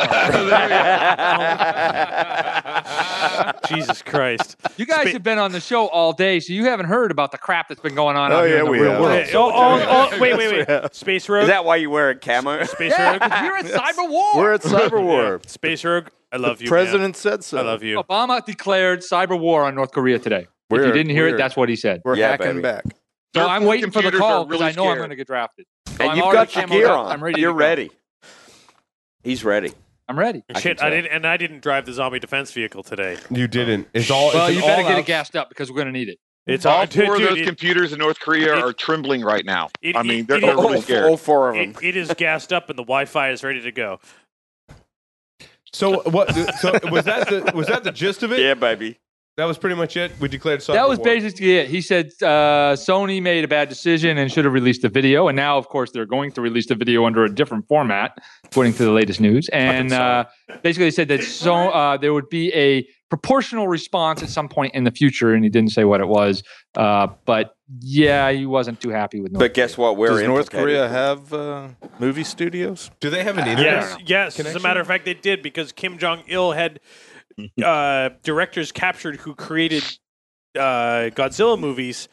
Jesus Christ. you guys Spe- have been on the show all day, so you haven't heard about the crap that's been going on. Oh, out here yeah, in the we real have. world. Okay, oh, oh, oh, wait, wait, wait. Space Rogue. Is that why you wear a camo? Space Yeah, Rogue. 'cause you're at cyber war. We're at cyber war. Yeah. Space Rogue. I love you. man. President said so. I love you. Obama declared cyber war on North Korea today. if you Weird, didn't hear it, weird. that's what he said. We're Yeah, hacking baby. back. So Their I'm waiting for the computers call are because really I know I'm scared. going to get drafted. So and I'm you've already got your camoed gear up. on. I'm ready. You're to go. ready. He's ready. I'm ready. I can Shit, tell. I didn't, and I didn't drive the zombie defense vehicle today. You didn't. It's all. Well, it's you an better all get out- it gassed up because we're going to need it. It's All all, dude, four of dude, those it- computers in North Korea it- are trembling right now. it- I it- mean, they're, it- they're it- really all, scared. all four of them. it- it is gassed up, and the Wi-Fi is ready to go. So what? So was that the was that the gist of it? yeah, baby. That was pretty much it. We declared cyber that was war. basically it. He said uh, Sony made a bad decision and should have released the video. And now, of course, they're going to release the video under a different format, according to the latest news. And uh, basically, they said that so uh, there would be a proportional response at some point in the future. And he didn't say what it was, uh, but yeah, he wasn't too happy with. But guess what? We're Does North implicated. Korea have uh, movie studios? Do they have an internet? Yes, yes. As a matter of fact, they did because Kim Jong Il had uh, directors captured who created uh, Godzilla movies.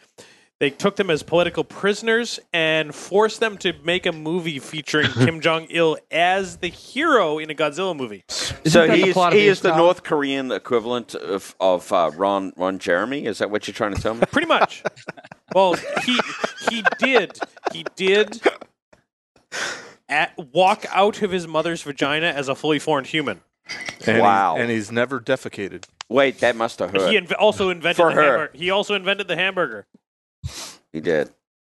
They took them as political prisoners and forced them to make a movie featuring Kim Jong Il as the hero in a Godzilla movie. So he is, he is the North Korean equivalent of, of uh, Ron Ron Jeremy. Is that what you're trying to tell me? Pretty much. well, he he did he did at, walk out of his mother's vagina as a fully formed human. And Wow. He's, and he's never defecated. Wait, that must have hurt. He inv- also invented For the her. hamburger. He also invented the hamburger. He did.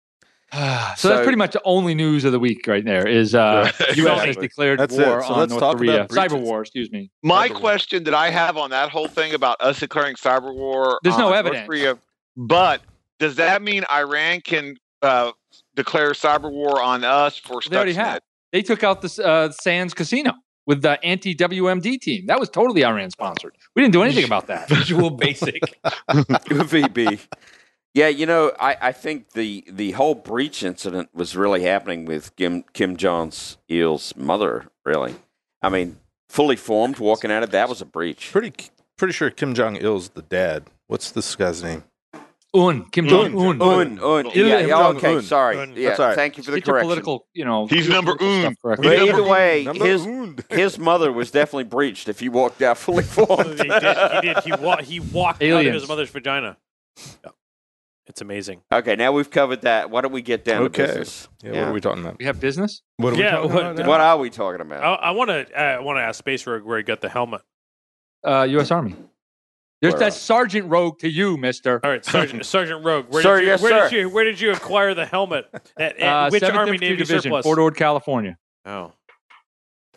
So, that's So- pretty much the only news of the week right there. Is uh, U.S. has declared That's war it. So on let's North talk Korea, about breaches. cyber war. Excuse me. My Cyber war. question that I have on that whole thing about us declaring cyber war. There's on no North evidence. Korea, but does that mean Iran can uh, declare cyber war on us for They already Stuxnet? had. They took out the uh, Sands Casino with the anti WMD team. That was totally Iran sponsored. We didn't do anything about that. Visual Basic. VB. Yeah, you know, I, I think the, the whole breach incident was really happening with Kim Kim Jong's Il's mother. Really, I mean, fully formed, walking out of that was a breach. Pretty pretty sure Kim Jong Il's the dad. What's this guy's name? Un Kim Jong Un. Un, un, Il yeah, yeah, Kim Jong okay, Un. sorry. Un. Yeah, That's all right. thank you for the Get your correction. political, you know. He's your number political un. stuff correct. But He's either number- way, number his one. his mother was definitely breached if he walked out fully he formed. did. He did. He, wa- he walked out of Aliens. his mother's vagina. It's amazing. okay, now we've covered that. Why don't we get down Okay. to business? Yeah, what are we talking about? We have business. What are we Yeah, talking what- about now? What are we talking I, about? I want to. I want to ask Space Rogue where he got the helmet. Uh, U.S. Army. There's Where that else? Sergeant Rogue to you, Mister. All right, Sergeant Sergeant Rogue. Where Sir, did you, yes, where sir. Did you, where did you acquire the helmet? At, at Uh, which 7th Army Infantry Navy Division, surplus? Fort Ord, California. Oh,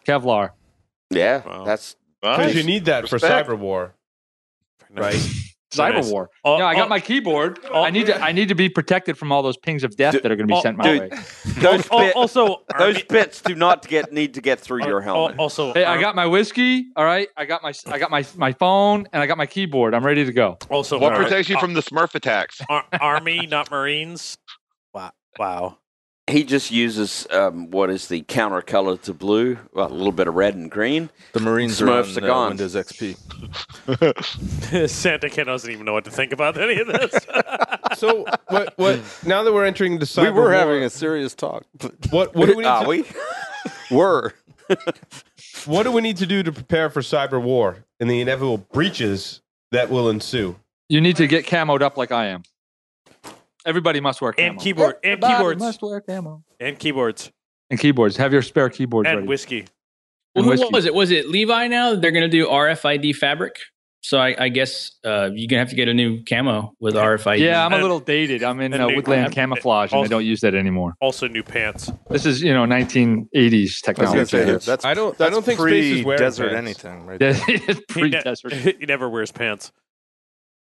Kevlar. yeah, Wow. that's Because you Nice. need that for Respect. cyber war, very right? nice. Cyber Nice. war. All- No, I got all- my keyboard. all- I need to. I need to be protected from all those pings of death Dude, that are going to be all- sent my dude, way. those al- bit- also those Army- bits do not get need to get through al- your helmet. Also, Hey, I Army- got my whiskey. All right, I got my I got my my phone and I got my keyboard. I'm ready to go. also What Army- protects you from the Smurf attacks? Ar- Army, not Marines. Wow. Wow. He just uses um, what is the counter color to blue, well, a little bit of red and green. The Marines Smurfs are are on gone. uh, Windows XP. Santa Ken doesn't even know what to think about any of this. So what? What? Now that we're entering the cyber we were war, having a Ah, serious talk. what? What do we need? Are to, Ah, we? were. What do we need to do to prepare for cyber war and the inevitable breaches that will ensue? You need to get camoed up like I am. Everybody must wear camo. and keyboard. And Everybody keyboards. must wear camo. And keyboards. And keyboards. Have your spare keyboards And ready. whiskey. Well, And who whiskey. was it? Was it Levi? Now they're going to do RFID fabric. So I, I guess uh, you're gonna have to get a new camo with RFID. yeah, I'm a And- little dated. I'm in and uh, new- woodland and- camouflage, and also- they don't use that anymore. Also, new pants. This is you know 1980s I was technology. going to say It's- that's. I don't. That's I don't think space is wearing pre-desert pants. anything, right? Yeah, it's He pretty ne- desperate. he never wears pants.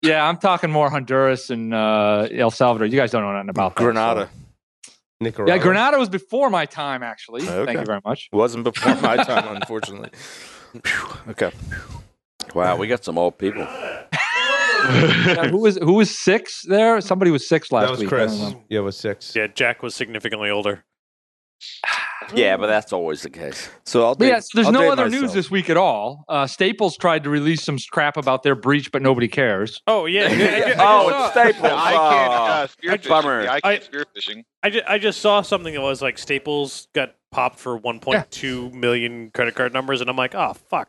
Yeah, I'm talking more Honduras and uh, El Salvador. You guys don't know nothing about that, so- Granada Nicaragua. Yeah, Granada was before my time, actually. Okay. Thank you very much. wasn't before my time, unfortunately. Phew, okay, Wow, we got some old people. Yeah, who was who was six there? Somebody was six last That was week. Oh, I don't Chris. know. Yeah, it was six. Yeah, Jack was significantly older. Yeah, but that's always the case. so I'll. But date- yeah, so there's I'll no date other news myself. this week at all. Uh, Staples tried to release some crap about their breach, but nobody cares. Oh yeah. I, ju- oh, I, it's just saw, Staples. Ah. I can't uh, spear fishing. Bummer. Yeah, I I- can't spear fishing. I, ju- I just saw something that was like Staples got popped for 1.2 million credit card numbers, and I'm like, oh fuck,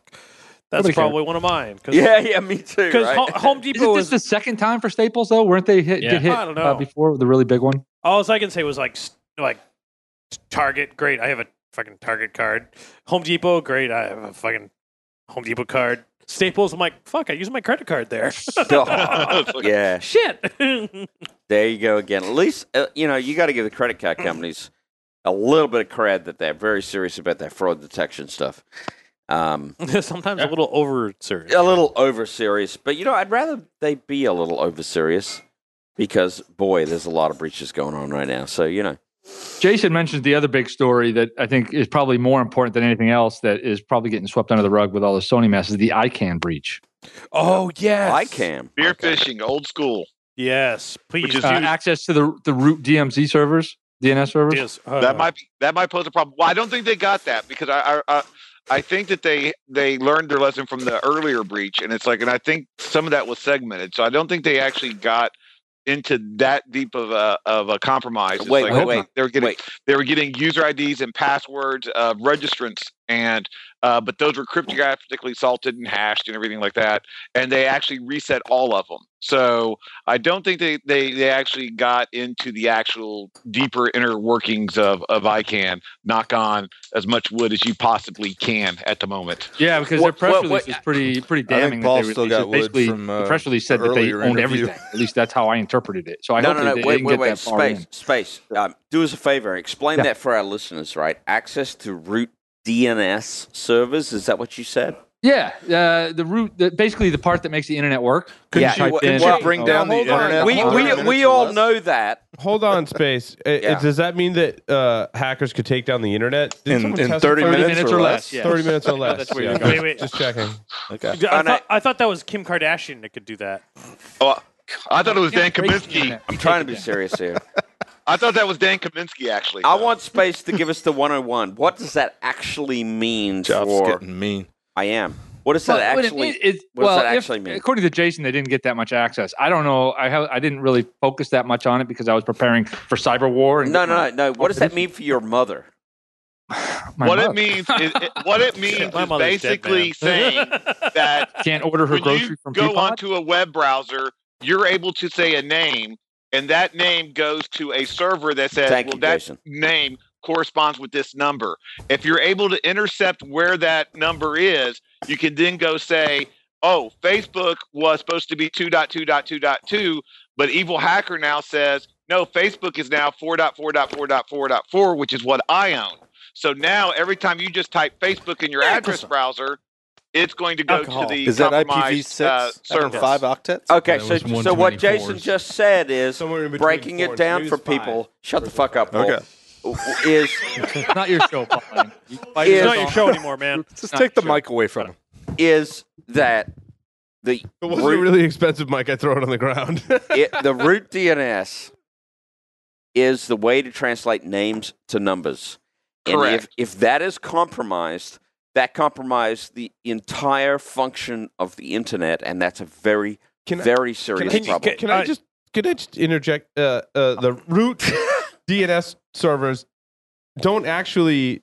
that's Nobody cared. probably one of mine. Cause, yeah, yeah, me too. Because Right? Home Isn't Depot this was the second time for Staples though? Weren't they hit, Yeah. get hit I don't uh, know. before with the really big one? all I can say was like s- like Target, great. I have a fucking Target card. Home Depot, great. I have a fucking Home Depot card. Staples, I'm like, fuck, I use my credit card there. Oh, yeah, Shit. there you go again. At least uh, you know you got to give the credit Mm. card companies a little bit of cred that they're very serious about that fraud detection stuff. Um, Sometimes a little over serious. a little over serious, but you know, I'd rather they be a little over serious because boy, there's a lot of breaches going on right now. So you know, Jason mentioned the other big story that I think is probably more important than anything else that is probably getting swept under the rug with all the Sony messes, the ICANN breach. Oh yes. I can Spear fishing, old school. Yes. Please Which do. is Uh, access to the the root DMZ servers, DNS servers. this. Uh, Uh-huh. that might be, that might pose a problem. Well, I don't think they got that because I, I I I think that they they learned their lesson from the earlier breach, and it's like, and I think some of that was segmented, so I don't think they actually got into that deep of a of a compromise. It's Wait, like, wait, okay, wait, they were getting wait. they were getting user IDs and passwords of registrants, and uh, but those were cryptographically salted and hashed and everything like that, and they actually reset all of them. So I don't think they, they, they actually got into the actual deeper inner workings of, of ICANN. Knock on as much wood as you possibly can at the moment. Yeah, because What- their press what- release what- is pretty pretty I think damning. Paul that they still released it. got wood Basically, from, uh, the press release said that they earlier owned interview. everything. At least that's how I interpreted it. So I no, hope no, they, no. they Wait, didn't wait, get wait. that far Space, in. space. Um, do us a favor. and Explain Yeah. that for our listeners. Right? Access to root DNS servers. Is that what you said? Yeah, uh, the root, the, basically the part that makes the internet work. Yeah. Couldn't you, Well, couldn't well, you bring oh, down the hold on. internet? We to 100 we, minutes we or all less? know that. Hold on, space. I- I- Yeah. does that mean that uh, hackers could take down the internet Did In- someone in test 30 it? minutes or less? yeah. Thirty minutes or I know less. that's where yeah. you're going. Wait, wait. Just checking. Okay. I, And I- thought, I thought that was Kim Kardashian that could do that. Oh, I thought it was Dan break the Kaminsky. internet. I'm trying to be serious here. I thought that was Dan Kaminsky actually. I want space to give us the 101. What does that actually mean Job's for getting mean. I am? What does that Well, it- actually? it- it- what does well, that if- actually mean? According to Jason, they didn't get that much access. I don't know. I have. I didn't really focus that much on it because I was preparing for cyber war. And No, no, no. What does that mean for your mother? My what mother it means is it, what it means My is mother's dead, basically man. saying that can't order her when grocery you from go Peapod? onto a web browser, you're able to say a name, and that name goes to a server that says, Thank "Well, you, that Jason. name corresponds with this number." If you're able to intercept where that number is, you can then go say, "Oh, Facebook was supposed to be 2.2.2.2, but evil hacker now says." No, Facebook is now 4.4.4.4.4, which is what I own. So now every time you just type Facebook in your address browser, it's going to go Alcohol. to the Is that compromised, IPv6? uh, server. Five octets? Okay, That so was so what 124s. Jason just said is Somewhere in between breaking four it and down three for is five. people. Shut the fuck up, Paul. Okay. Is It's not your show, Paul. You fight It's It's us not all. your show anymore, man. Just Not take the sure. mic away from him. is that the It wasn't a root, really expensive mic. I throw it on the ground. it, the root DNS is the way to translate names to numbers. And if, Correct. if that is compromised, that compromised the entire function of the internet, and that's a very, Can I- very Can serious I, problem. can I Uh, just can I just interject? Uh, uh, the root DNS servers don't actually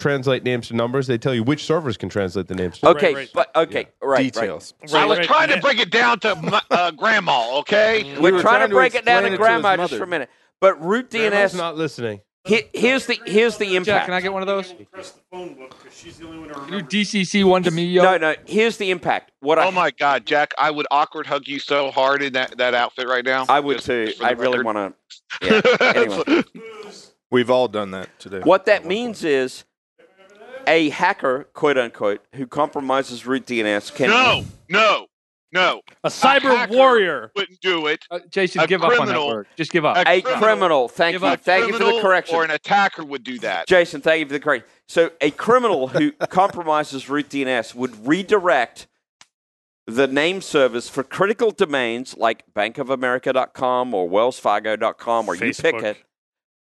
translate names to numbers. They tell you which servers can translate the names. to numbers. okay, right. but okay, right, right. Mm-hmm. Details. I was trying to break it down to my, uh, grandma. Okay. We're, were trying, trying to to break it down explain to it to his grandma just mother. for a minute. But root Grandma's DNS, not listening. he- here's the here's the impact. Jack, can I get one of those? Can you DCC one to me, yo? no, no. Here's the impact. What I Oh my God, Jack! I would awkward hug you so hard in that, that outfit right now. I would Just too. for the I really record. want to. Yeah. Anyway. We've all done that today. What that means is a hacker, quote unquote, who compromises root DNS can No, no, no! A cyber hacker. warrior. Wouldn't do it. Uh, Jason, A give up on that criminal. word. Just give up. a criminal. Thank Give you. up. Thank you for the criminal correction. Or an attacker would do that. Jason, thank you for the correction. So a criminal who compromises root DNS would redirect the name service for critical domains like bankofamerica.com or wellsfargo.com or you pick Facebook. it,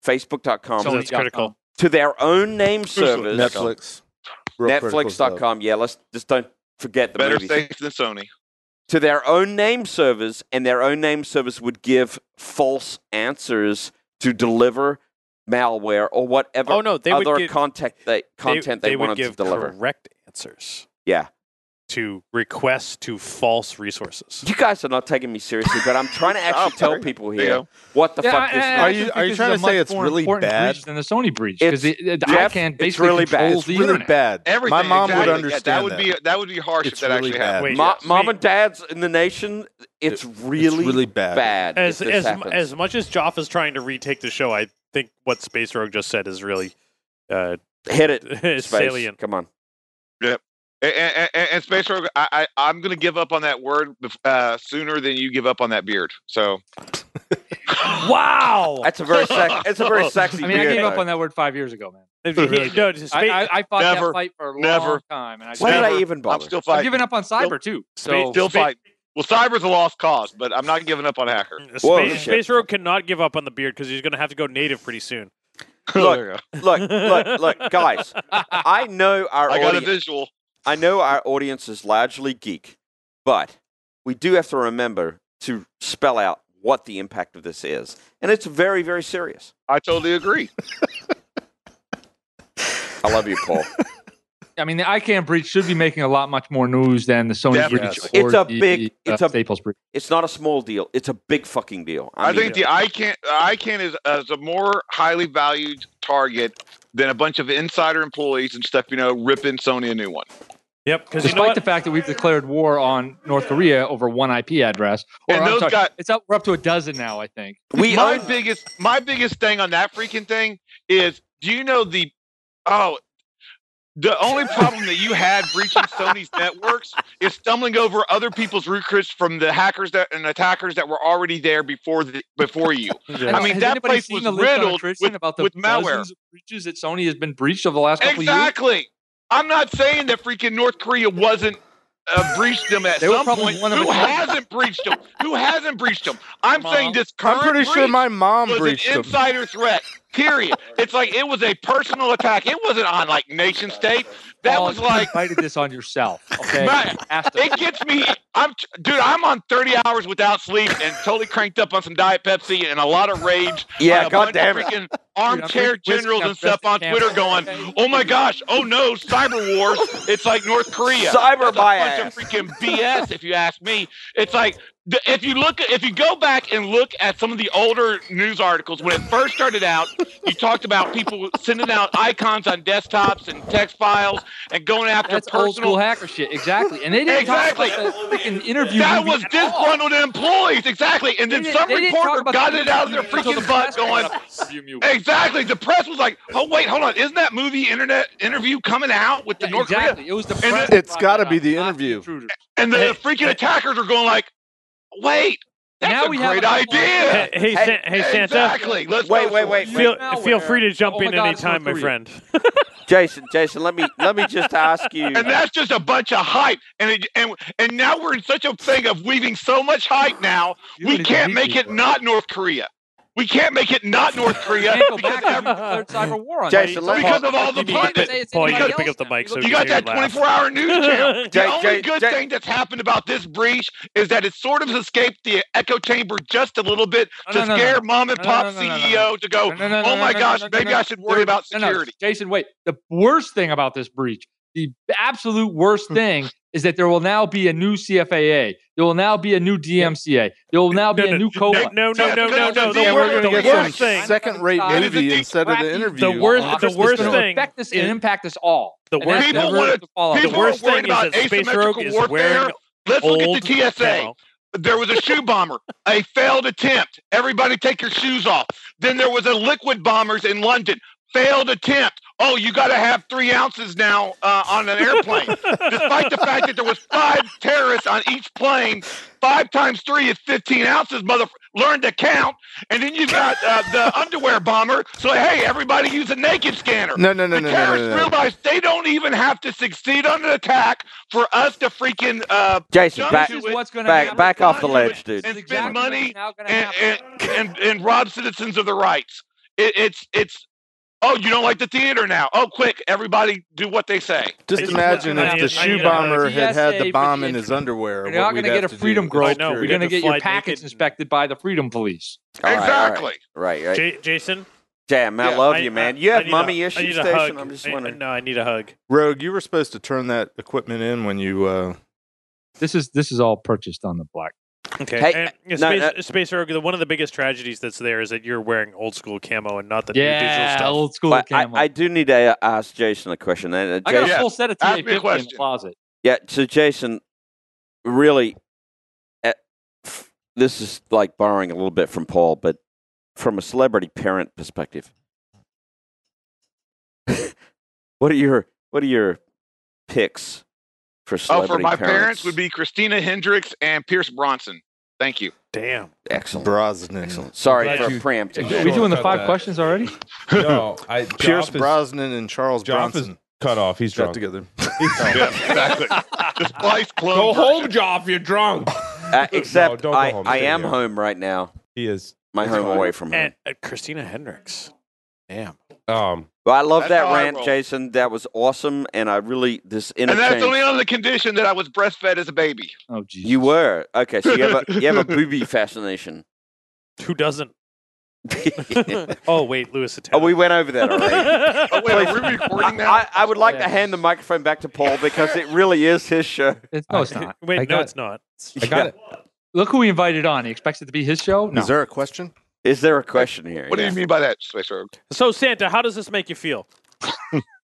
facebook.com, So that's critical. to their own name service. Netflix. Real critical stuff. Netflix.com. Yeah, let's just don't forget the Better movies. safe than Sony. to their own name servers, and their own name servers would give false answers to deliver malware or whatever Oh no, they would other give, content they content they, would wanted give to deliver. correct answers. Yeah. To requests to false resources. You guys are not taking me seriously, but I'm trying to actually tell people here Leo. what the Yeah, fuck I- this eh, I- is. I Are you- actually are you think this trying to is a say much it's more really important bad? breach than the Sony breach because It's- the the Jeff, ICANN it's basically really bad. controls It's the Really internet. bad. Everything. My mom exactly. would Yeah, understand that. would be that would be harsh It's if that really actually bad. happened. Wait, Ma- yes. Mom We- and dads in the nation, it's really, really bad. bad if as this as, happens. as much as Joff is trying to retake the show, I think what Space Rogue just said is really uh, Hit it, is space. salient. Come on. And, and, and Space Rogue, I, I, I'm going to give up on that word bef- uh, sooner than you give up on that beard. So Wow! That's a very sexy. It's a very sexy. I mean, I gave beard, up though. on that word five years ago, man. no, it's spa- I, I, I fought Never. that fight for a long Never. time, and I just, Why did Never. I even I'm bother? still I've fighting. given up on cyber too. So still Space- fighting. Well, cyber's a lost cause, but I'm not giving up on hacker. Whoa, Space, shit. Space Rogue cannot give up on the beard because he's going to have to go native pretty soon. Look, look, look, look, guys. I know our I got a audience. visual. I know our audience is largely geek, but we do have to remember to spell out what the impact of this is, and it's very, very serious. I totally agree. I love you, Paul. I mean, the ICANN breach should be making a lot much more news than the Sony Definitely. breach. Yes. or It's a the, big- uh, it's a- Staples breach. it's not a small deal; it's a big fucking deal. I, mean, think the ICANN, ICANN is, is a more highly valued target than a bunch of insider employees and stuff, you know, ripping Sony a new one. Yep, because you Despite know what? the fact that we've declared war on North Korea over one IP address, or And I'm those sorry, got- it's up, we're up to a dozen now, I think. we my own- biggest my biggest thing on that freaking thing is do you know the oh the only problem that you had breaching Sony's networks is stumbling over other people's recruits from the hackers that and attackers that were already there before the before you. Has- mean, has that anybody place seen was the list on riddled attrition with- about the with malware. dozens of breaches that Sony has been breached over the last couple of years. Exactly. I'm not saying that freaking North Korea wasn't uh, breached them at They were some probably point. one of Who a kind. hasn't breached them? Who hasn't breached them? I'm Mom. saying this current I'm pretty sure breach my mom was breached an them. insider threat. Period. it's like it was a personal attack. It wasn't on like nation state. That Paul, was you like invited this on yourself. Okay, Man, Ask them. it gets me. I'm dude. I'm on 30 hours without sleep and totally cranked up on some diet Pepsi and a lot of rage. yeah, by a God bunch damn of it! freaking Armchair drinking whiskey, generals I'm and stuff on dressed in Twitter camo. going, "Oh my gosh! Oh no! Cyber wars! It's like North Korea. Cyber That's a bunch bias. of freaking BS, if you ask me. It's like th- if you look, if you go back and look at some of the older news articles when it first started out, you talked about people sending out icons on desktops and text files and going after That's old personal school hacker shit. Exactly. And they didn't talk about the freaking interview. that movie was at all. disgruntled employees, exactly. And then They some didn't- they didn't talk reporter about got the it out of their interview until freaking the butt press going, conference. You- you- exactly. The press was like, oh, wait, hold on. Isn't that movie internet interview coming out with the Yeah, North exactly. Korea? It was the then- press that It's brought gotta that be up, the not interview. intruder. And the Hey, freaking attackers are going like, wait, that's Now a we have great an idea. Hey, hey, Sa- hey, Santa. Exactly. Let's Wait, go wait, for wait, wait. it. Feel, Malware. feel free to jump Oh my in God, any it's time, North my Korea. friend. Jason, Jason, let me let me just ask you. And that's just a bunch of hype. And it, and and now we're in such a thing of weaving so much hype now, You we don't can't need make me, it bro. not North Korea. We can't make it not North Korea Can't go because, back every- and declare cyber war on Jason, them. let's- because of all the You mean- pundits. Say it's Paul, you anybody gotta pick else up the now. mic so Look we You can got hear that it laugh. 24 hour news channel. Jay- The only Jay- good Jay- thing that's happened about this breach is that it sort of escaped the echo chamber just a little bit Oh, No, to no, no, scare no. mom and No, no, pop no, no, no, no. CEO to go, No, no, no, oh no, my no, no, gosh, no, no, maybe no. I should worry about No, no, security. Jason, wait. The worst thing about this breach, the absolute worst Hmm. thing, is that there will now be a new CFAA. There will now be a new DMCA. There will now be No, a no, new no, COA. No, no, no, no, no. Yeah, The we're worst, gonna the get worst some thing. second-rate It is a movie deep instead of crappy- the interview. the worst- on the Christmas worst It's Day. going to thing affect us is- and impact us all. The And worst- that's People never wanna- the fallout. Oh, The people worst are worried thing is about that Space Rogue asymmetrical is warfare. wearing Let's look old at the TSA. camo. There was a shoe bomber, a failed attempt. Everybody take your shoes off. Then there was a liquid bombers in London, failed attempt. Oh, you got to have three ounces now uh, on an airplane, despite the fact that there was five terrorists on each plane. Five times three is fifteen ounces. Mother, learn to count. And then you got uh, the underwear bomber. So hey, everybody use a naked scanner. No, no, no, no, no, the terrorists no, no. realize they don't even have to succeed on an attack for us to freaking uh, Jason, Jump back, to This is what's going to back, happen. back off the Fine, ledge, do dude. it. This is and spend exactly money what's now gonna and, happen. and, and, and rob citizens of their rights. It, it's it's oh you don't like the theater now. Oh quick, everybody do what they say. Just It's imagine not- if the I- I- shoe I- bomber had had TSA the bomb for in the his underwear. You're not going going to to get a freedom I grove. know, You're we going to get to get your fly packets naked. inspected by the freedom police. All right, all right. exactly. Right, right. J- Jason, Jam, I Yeah, love I- you, I- man. You I have need a- mummy I issues, need a Station. hug. I'm just I- I- wondering. no, I need a hug. Rogue, you were supposed to turn that equipment in when you. Uh, This is this is all purchased on the black. Okay. Hey, and no, Space, no. Space Rogue, the, one of the biggest tragedies that's there is that you're wearing old school camo and not the new digital Yeah, stuff. old school But I, camo. I do need to uh, ask Jason a question. Uh, I Jason, got Yeah. a full set of Ask me a TA50 in the question. closet. Yeah. So, Jason, really, at, f- this is like borrowing a little bit from Paul, but from a celebrity parent perspective, what are your what are your picks for Oh, celebrity for my parents? parents would be Christina Hendricks and Pierce Bronson. Thank you. Damn. excellent. Brosnan. Excellent. Sorry Glad for you- preempting. Yeah, Are that. we we'll doing the cut five that. questions already? No, I, Pierce Joff is- Brosnan and Charles Joff is Bronson cut off. He's got drunk. together. Yeah, exactly. The Spice Club. Go version. home, Joff. You're drunk. Uh, except don't go I, home. I Stay am here. home right now. He is. My home away from home. And uh, Christina Hendricks. Damn. Um, Well, I love That's that how I rant, roll. Jason. That was awesome, and I really this And interchange. that's only on the condition that I was breastfed as a baby. Oh, geez. you were okay. So you have a you have a booby fascination. Who doesn't? Oh, wait, Louis oh, we Attell. went over that already. Oh, wait, are we recording now? I, I would like to Yeah. hand the microphone back to Paul because it really is his show. It's, no, it's not. Wait, I no, got- it's not. I got it. Look who we invited on. He expects it to be his show. No. Is there a question? Is there a question here? What do Yeah. you mean by that, Space Rogue? So, Santa, how does this make you feel?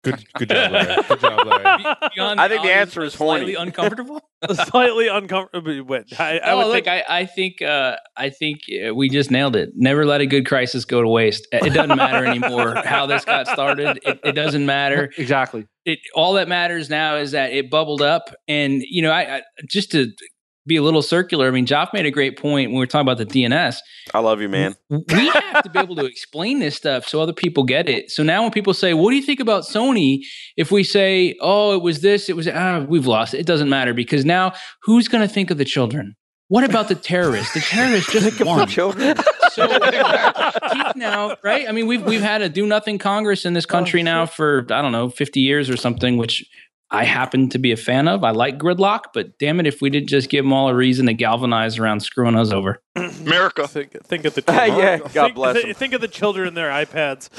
Good, good job, Larry. Good job, Larry. Beyond I think the audience, answer is slightly horny. uncomfortable. Slightly uncomfortable. Wait, I, I oh, would look, think. I, I think uh, I think uh, we just nailed it. Never let a good crisis go to waste. It doesn't matter anymore how this got started. It, it doesn't matter. Exactly. It all that matters now is that it bubbled up, and you know, I, I just to be a little circular. I mean, Joff made a great point when we were talking about the DNS. I love you, man. we have to be able to explain this stuff so other people get it. So now when people say, "What do you think about Sony?" If we say, "Oh, it was this," it was ah, we've lost. It It doesn't matter because now who's going to think of the children? What about the terrorists? The terrorists just won. Children. So keep now, right? I mean, we've we've had a do nothing Congress in this country now for I don't know fifty years or something, which. I happen to be a fan of. I like gridlock, but damn it, if we didn't just give them all a reason to galvanize around screwing us over. America. Think, think of the yeah, God think, bless thi- him. think of the children and their iPads.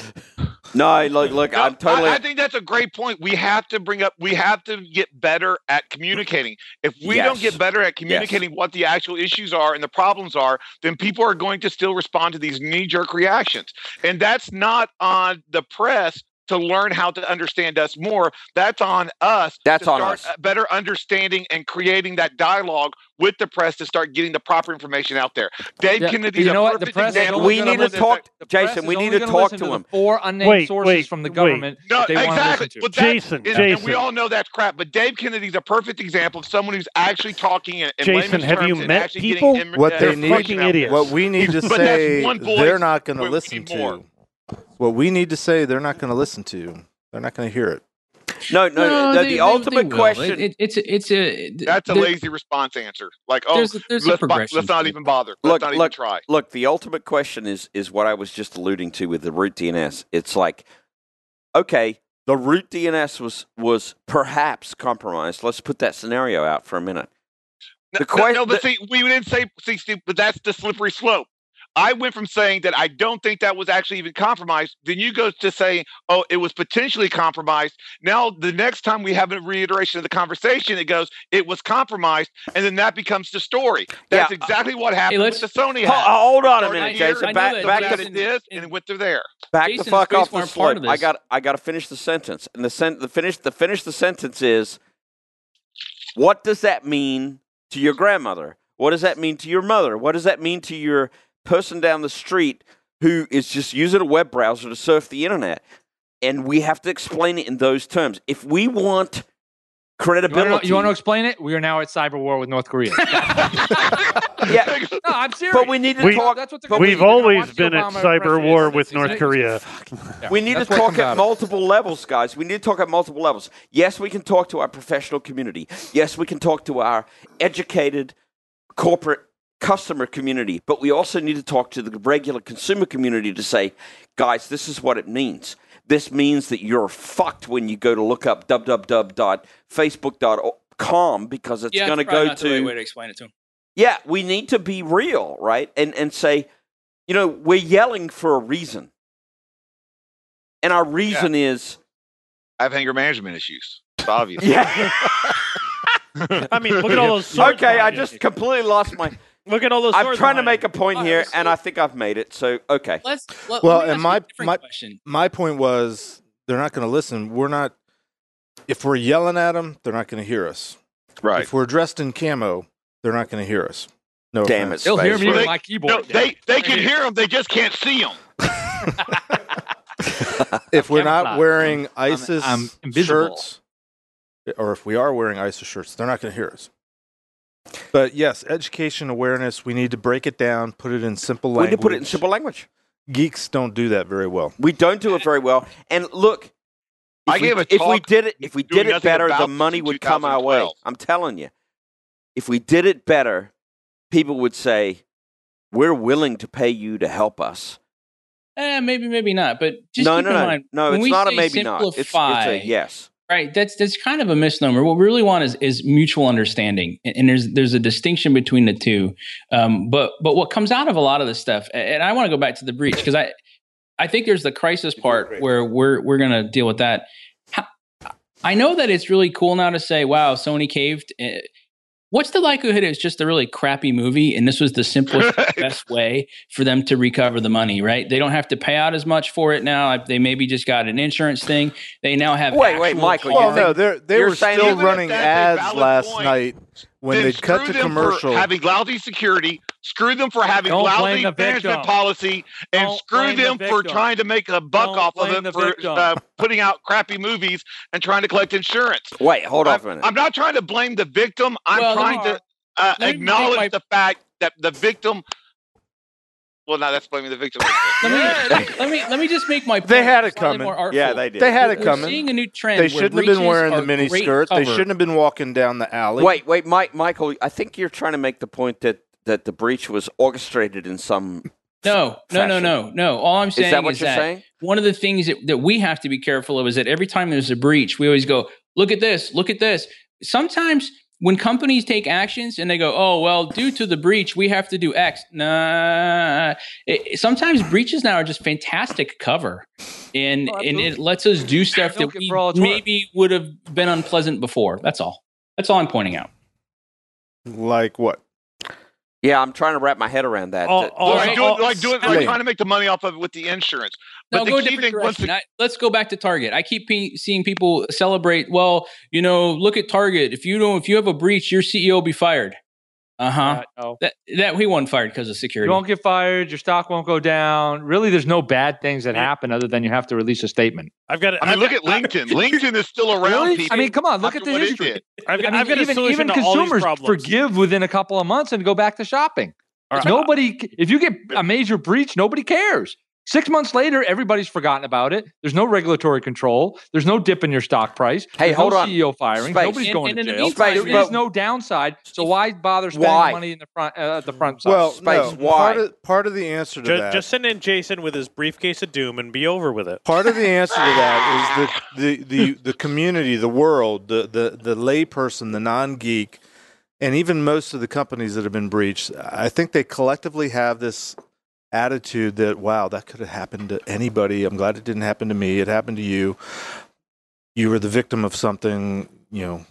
No, look, look. No, I'm totally. I, I think that's a great point. We have to bring up. We have to get better at communicating. If we don't Yes. get better at communicating what the actual issues are and the problems are, then people are going to still respond to these knee-jerk reactions. And that's not on the press to learn how to understand us more. That's on us. That's to on start us. uh, better understanding and creating that dialogue with the press to start getting the proper information out there. Dave Yeah, Kennedy. you know what? The press is only we gonna need to listen talk, The press Jason. is We only need to gonna talk listen to the him. Four unnamed Wait, sources wait, from the wait. government No, that they want to exactly. listen to. But that Jason, is- and we Jason. all know that's crap. But Dave Kennedy's a perfect example of someone who's actually talking in, in Jason, layman's have terms you and met actually getting people? im- What uh, they information need- fucking out there. idiots. What we need to But that's say, one voice. they're not going We- to we listen need more. to. What we need to say, they're not going to listen to. They're not going to hear it. No, no, no. they- they- the they ultimate will. question. It- it- it's a- it's a That's a there- lazy response answer. Like, oh, There's, there's a let's, bu- progression. let's not to it. even bother. Let's Look, not even look. try. Look, the ultimate question is is what I was just alluding to with the root DNS. It's like, okay, the root DNS was was perhaps compromised. Let's put that scenario out for a minute. No, The no, que- no, but see, we didn't say see, Steve, but that's the slippery slope. I went from saying that I don't think that was actually even compromised. Then you go to saying, oh, it was potentially compromised. Now, the next time we have a reiteration of the conversation, it goes, it was compromised. And then that becomes the story. That's Yeah, uh, exactly what happened let's- with the Sony Ho- hack. hold on a Started minute, here, Jason. I know Back, that back that to Jason- the it is, and it went through there. back the Jason's fuck face off weren't the part slope. of I this. got I got to finish the sentence, and the sen- the finish the finish the sentence is, what does that mean to your grandmother? What does that mean to your mother? What does that mean to your person down the street who is just using a web browser to surf the internet? And we have to explain it in those terms if we want You want, credibility. to, you want to explain it? We are now at cyber war with North Korea. no, yeah, I'm serious. but we need to We- talk. that's what they're but gonna We've do. They're gonna always watch the been at Obama cyber presidency. war with It's North like- Korea. We need to talk That's what it comes out at of. multiple levels, guys. We need to talk at multiple levels. Yes, we can talk to our professional community. Yes, we can talk to our educated corporate customer community, but we also need to talk to the regular consumer community to say, guys, this is what it means. This means that you're fucked when you go to look up www.facebook.com because it's Yeah, going to that's probably go not the right to way to explain it to him. yeah, we need to be real, right? And and say, you know, we're yelling for a reason. And our reason is I have anger management issues. It's obvious. yeah. I mean, look at all those. sword okay, I points. just completely lost my look at all those. I'm swords trying to behind make a point Oh, here it's- and I think I've made it. So, okay. Let's. Let, Well, let me and ask you my- a different my- question. my point was they're not going to listen. We're not. If we're yelling at them, they're not going to hear us. Right. If we're dressed in camo, they're not going to hear us. No, Damn offense. it. They'll hear Space. me with They- my keyboard. No, they, they can Yeah. hear them. They just can't see them. If we're not Camouflage. wearing ISIS I'm invisible. shirts, or if we are wearing ISIS shirts, they're not going to hear us. But yes, education awareness. We need to break it down, put it in simple We need language. to put it in simple language. Geeks don't do that very well. We don't do it very well. And look, if, I we, gave a if we talk did it, if we did doing it nothing better, about the this money in would come our way. 2012. I'm telling you, if we did it better, people would say, "We're willing to pay you to help us." Eh, maybe, maybe not. But just no, keep no, in no, mind, no. when It's we not a say maybe not. It's, it's a simplify, yes. Right. That's that's kind of a misnomer. What we really want is is mutual understanding, and, and there's there's a distinction between the two. Um, but but what comes out of a lot of this stuff, a- and I want to go back to the breach because I I think there's the crisis part where we're we're gonna deal with that. How- I know that it's really cool now to say, "Wow, Sony caved." Eh, What's the likelihood it's just a really crappy movie, and this was the simplest best way for them to recover the money, right? They don't have to pay out as much for it now. They maybe just got an insurance thing. They now have Wait, wait, actual Michael, you Well, think- no, they're, they you're were saying- still Even if running that's a ads valid last point, night when Then they cut screw the them for commercial. having lousy security, screw them for having Don't lousy blame the management victim. policy, and Don't screw blame the them for victim. trying to make a buck Don't off blame of the them for victim. uh, putting out crappy movies and trying to collect insurance. Wait, hold on I'm, for a minute. I'm not trying to blame the victim. I'm Well, trying there to uh, Let me make acknowledge my- the fact that the victim. Well, now that's blaming the victim. let me, let me let me just make my point They had it slightly coming. More artful. yeah, they did. They had it We're coming. seeing a new trend. They shouldn't have been wearing the mini skirt. They shouldn't have been walking down the alley. Wait, wait, Mike, Michael. I think you're trying to make the point that that the breach was orchestrated in some. No, no, no, no, no. All I'm saying Is that what is you're that saying? one of the things that, that we have to be careful of is that every time there's a breach, we always go, look at this, look at this. Sometimes when companies take actions and they go, oh, well, due to the breach, we have to do X. Nah. It- it- sometimes breaches now are just fantastic cover. And Oh, and it absolutely. lets us do stuff Milk that it for all we it's worth. maybe would have been unpleasant before. That's all. That's all I'm pointing out. Like what? Yeah, I'm trying to wrap my head around that. All- That- all like right, doing, all- like doing, Wait. like trying to make the money off of it with the insurance. But No, the go a key different thing once direction. I, let's go back to Target. I keep pe- seeing people celebrate. Well, you know, look at Target. If you don't, if you have a breach, your CEO will be fired. Uh huh. Uh, no. that that he won fired because of You security. won't get fired. Your stock won't go down. Really, there's no bad things that happen other than you have to release a statement. I've got. I mean, look at I've, LinkedIn. LinkedIn is still around people. I mean, come on, look after at the what it history. did. I've, I got- mean, I've got a even, solution even to all these consumers problems. forgive within a couple of months and go back to shopping. All right. Nobody, if you get a major breach, nobody cares. Six months later, everybody's forgotten about it. There's no regulatory control. There's no dip in your stock price. Hey, There's hold no on. CEO firings. Space. Nobody's And- going and to in the jail. meantime- Space, there is but- no downside. So why bother spending Why? money in the front uh, at the front side? Well, Space, no, why? Part of, part of the answer to Ju- that. just send in Jason with his briefcase of doom and be over with it. Part of the answer to that is the the the, the community, the world, the the the layperson, the non geek, and even most of the companies that have been breached. I think they collectively have this attitude that wow, that could have happened to anybody. I'm glad it didn't happen to me. It happened to you. You were the victim of something, you know,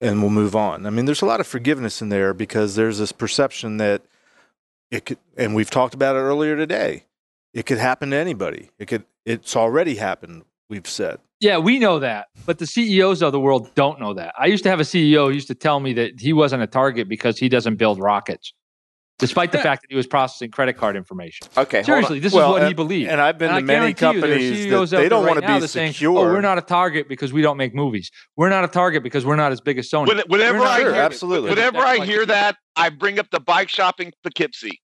and we'll move on. I mean, there's a lot of forgiveness in there because there's this perception that it could, and we've talked about it earlier today. It could happen to anybody. It could. It's already happened. We've said. Yeah, we know that, but the CEOs of the world don't know that. I used to have a CEO who used to tell me that he wasn't a target because he doesn't build rockets, despite the fact that he was processing credit card information. Okay, hold on. Seriously, this Well, is what he and- believed. And I've been And to many guarantee you there are companies CEOs that out they there don't right want now to be that's saying, secure. oh, we're not a target because we don't make movies. We're not a target because we're not as big as Sony. When- whenever We're not I a sure, hear, target. absolutely. whenever That's I like- hear that, I bring up the bike shop in Poughkeepsie.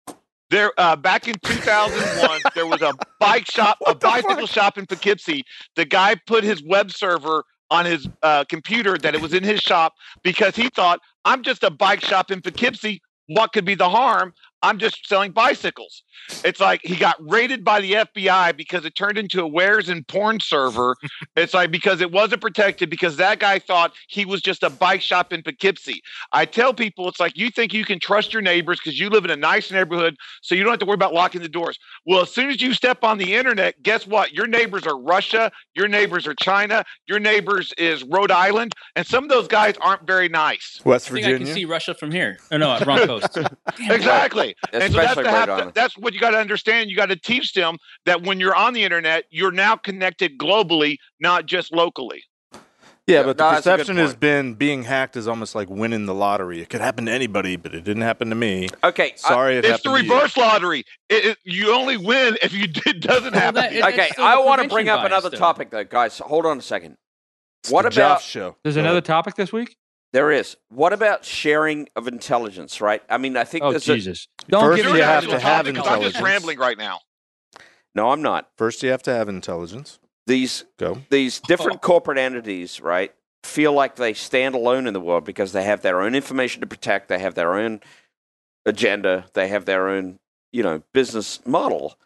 There, uh, back in 2001, there was a bike shop, a What the bicycle fuck? shop in Poughkeepsie. The guy put his web server on his uh, computer that it was in his shop because he thought, "I'm just a bike shop in Poughkeepsie. What could be the harm? I'm just selling bicycles." It's like he got raided by the FBI because it turned into a wares and porn server. it's like because it wasn't protected because that guy thought he was just a bike shop in Poughkeepsie. I tell people it's like you think you can trust your neighbors because you live in a nice neighborhood, so you don't have to worry about locking the doors. Well, as soon as you step on the internet, guess what? Your neighbors are Russia, your neighbors are China, your neighbors is Rhode Island, and some of those guys aren't very nice. West I think I can see Russia from here. Oh no, wrong coast. Exactly. And so that's, Especially the Rhode hap- Island. that's what you got to understand. You got to teach them that when you're on the internet, you're now connected globally, not just locally. Yeah, Yeah, but no, the that's a good perception has been being hacked is almost like winning the lottery. It could happen to anybody, but it didn't happen to me. Okay, I- Sorry, it It's the happened to you. reverse lottery. It, it- you only win if you, it doesn't Well, happen. that- to you. it- okay. that's still I the want to prevention bring up bias, another though. topic though, guys. Hold on a second. It's What the about- Joff show? There's Go another ahead. topic this week. There is. What about sharing of intelligence? Right. I mean, I think Oh there's A, Jesus! Don't First give You're me you an that have actual to have topic, 'cause I'm just intelligence. rambling right now. no, I'm not. First, you have to have intelligence. These Go. these different corporate entities, right, feel like they stand alone in the world because they have their own information to protect, they have their own agenda, they have their own, you know, business model.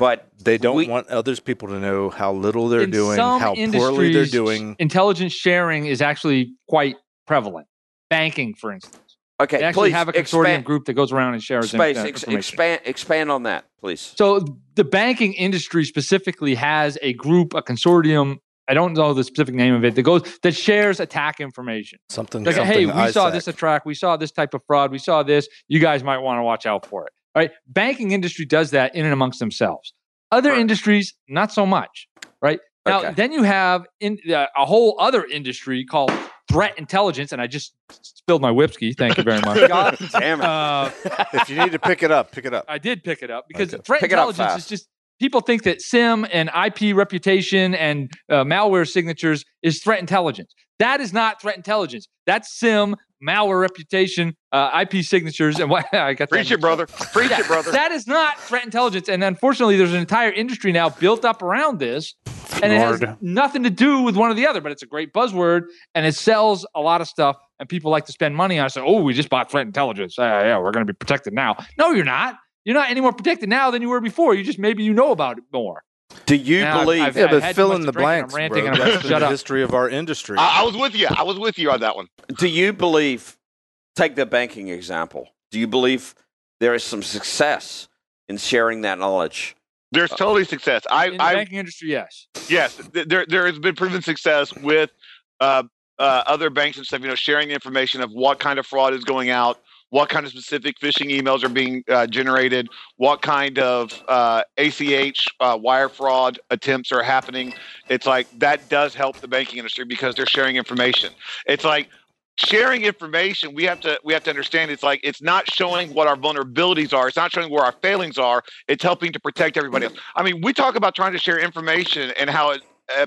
But They don't We- want others people to know how little they're in doing, some how poorly they're industries, doing. Intelligence sharing is actually quite prevalent. Banking, for instance, okay, they actually please have a consortium expand, group that goes around and shares in- space, uh, ex- information. expand expand on that, please. So the banking industry specifically has a group, a consortium. I don't know the specific name of it that goes that shares attack information. Something. Like, something hey, we saw ISAC. this attack. We saw this type of fraud. We saw this. You guys might want to watch out for it. All right. Banking industry does that in and amongst themselves. Other Right. industries, not so much. Right. Now, Okay. then you have in, uh, a whole other industry called threat intelligence. And I just spilled my whiskey. Thank you very much. God damn it. Uh, if you need to pick it up, pick it up. I did pick it up because Okay. threat Pick it up intelligence is fast. just people think that SIM and IP reputation and uh, malware signatures is threat intelligence. That is not threat intelligence. That's SIM, malware reputation, uh, IP signatures, and what I got. that Preach mixed it, up. brother. Preach Yeah, it, brother. That is not threat intelligence, and unfortunately, there's an entire industry now built up around this, and it has Lord. nothing to do with one or the other. But it's a great buzzword, and it sells a lot of stuff, and people like to spend money on. it. So, oh, we just bought threat intelligence. Yeah, yeah, we're going to be protected now. No, you're not. You're not any more protected now than you were before. You just maybe you know about it more. Do you Now, I've- believe I've- yeah, I but had fill too in the much to drink and blanks. I'm ranting bro. and I'm gonna That's been shut the up. history of our industry. I, I was with you. I was with you on that one. do you believe take the banking example? Do you believe there is some success in sharing that knowledge? There's totally success. I, In the I banking industry, yes. yes, th- there there has been proven success with uh, uh, other banks and stuff. You know, sharing the information of what kind of fraud is going out, what kind of specific phishing emails are being uh, generated, what kind of uh, ACH uh, wire fraud attempts are happening. It's like that does help the banking industry because they're sharing information. It's like sharing information we have to we have to understand it's like it's not showing what our vulnerabilities are it's not showing where our failings are it's helping to protect everybody else i mean we talk about trying to share information and how it uh,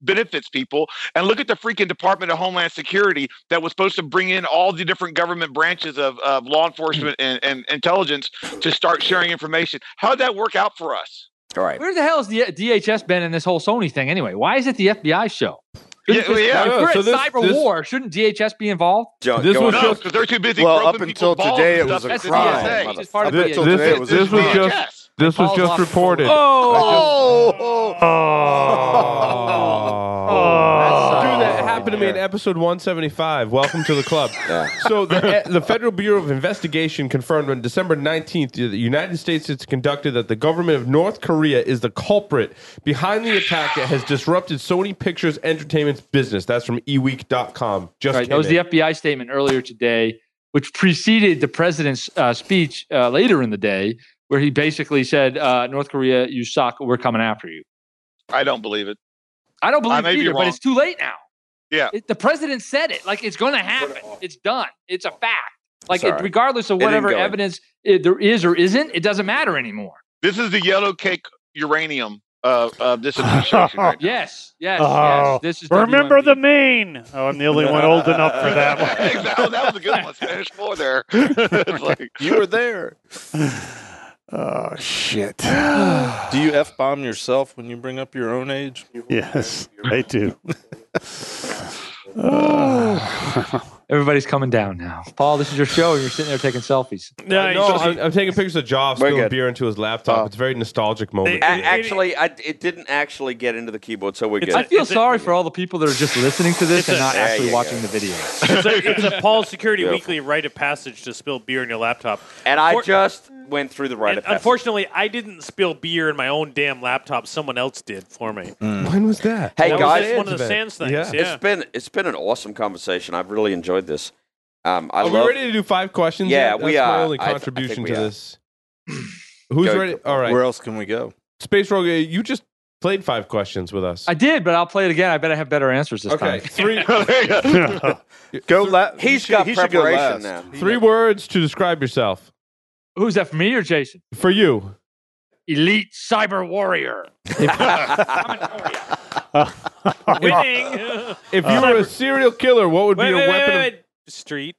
benefits people and look at the freaking department of homeland security that was supposed to bring in all the different government branches of, of law enforcement and, and intelligence to start sharing information how'd that work out for us All right. Where the hell has the DHS been in this whole Sony thing anyway? Why is it the FBI show? Yeah, well, yeah. If No, we're so at this- cyber this- war. Shouldn't DHS be involved? John, This go was on. No, because they're too busy. Well, groping up until people's today, balls it was and stuff a at the crime. DSA. Mother- It's part of Up the This, until DSA. today, it this, was this was DHS. just this was Paul just Hoffman. reported. Oh! Oh. Dude, that happened to me in episode 175. Welcome to the club. So, the, eh, the Federal Bureau of Investigation confirmed on December 19th that the United States has conducted that the government of North Korea is the culprit behind the attack that has disrupted Sony Pictures Entertainment's business. That's from e eweek.com. Just Right, that came was in. the FBI statement earlier today, which preceded the president's uh, speech uh, later in the day, where he basically said, uh, "North Korea, you suck. We're coming after you." I don't believe it. I don't I believe may it be either, wrong. but it's too late now. Yeah. It- the president said it. Like it's going to happen. It's done. It's a fact. Like It's all it, right. regardless of It ain't whatever going. evidence it, there is or isn't, it doesn't matter anymore. This is the yellow cake uranium of, of this administration. right now. Yes. Yes. Oh. yes. This is E. Remember WMD. the main. Oh, I'm the only one old enough for that one. Exactly. that was a good one. Spanish four there. It's like- You were there. Oh shit. Do you f bomb yourself when you bring up your own age? yes, I do. Oh. Everybody's coming down now. Paul, this is your show. You're sitting there taking selfies. Yeah, No, so- I'm, I'm taking pictures of Joff We're spilling good. beer into his laptop. Oh. It's a very nostalgic moment. A- It- it- actually, I, it didn't actually get into the keyboard, so we're It's good. I feel Is it- sorry for all the people that are just listening to It's this and a- not There actually you watching go. the video. it's, a, it's a Paul Security Beautiful. Weekly rite of passage to spill beer in your laptop. and I For- just went through the right And of passage. unfortunately, I didn't spill beer in my own damn laptop. Someone else did for me. when was that? Hey, that guys. was one of the Sands things. Yeah. Yeah. It's been it's been an awesome conversation. I've really enjoyed this. Um, Oh, I Are love we ready to do five questions? Yeah, yet? That's we my are. only I- I think contribution we to are. this. Who's Go. ready? All right. Where else can we go? Space Rogue, you just played five questions with us. I did, but I'll play it again. I bet I have better answers this okay. time. Three Go la- he He's should- got he should go preparation last. now. three words to describe yourself. Who's that for me or Jason? For you. Elite cyber warrior. Winning. If you were a serial killer, what would be wait, your wait, wait, weapon wait. Street.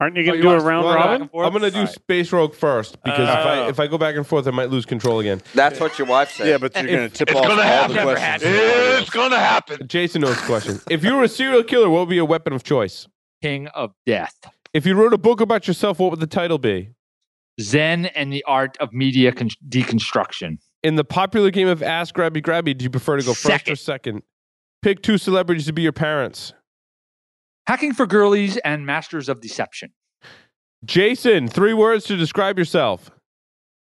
Aren't you gonna you do a want us to round go back robin? and of forth? I'm gonna do All right. Space Rogue first because if I Uh, Oh. if I go back and forth I might lose control again. That's what your wife said. Yeah, but you're going to tip It's off gonna all happen. the questions. It's gonna happen. Jason knows the question. If you were a serial killer, what would be your weapon of choice? King of Death. If you wrote a book about yourself, what would the title be? Zen and the art of media con- deconstruction. in the popular game of Ask Grabby Grabby, do you prefer to go first or Second. second? Pick two celebrities to be your parents. Hacking for girlies and masters of deception. Jason, three words to describe yourself.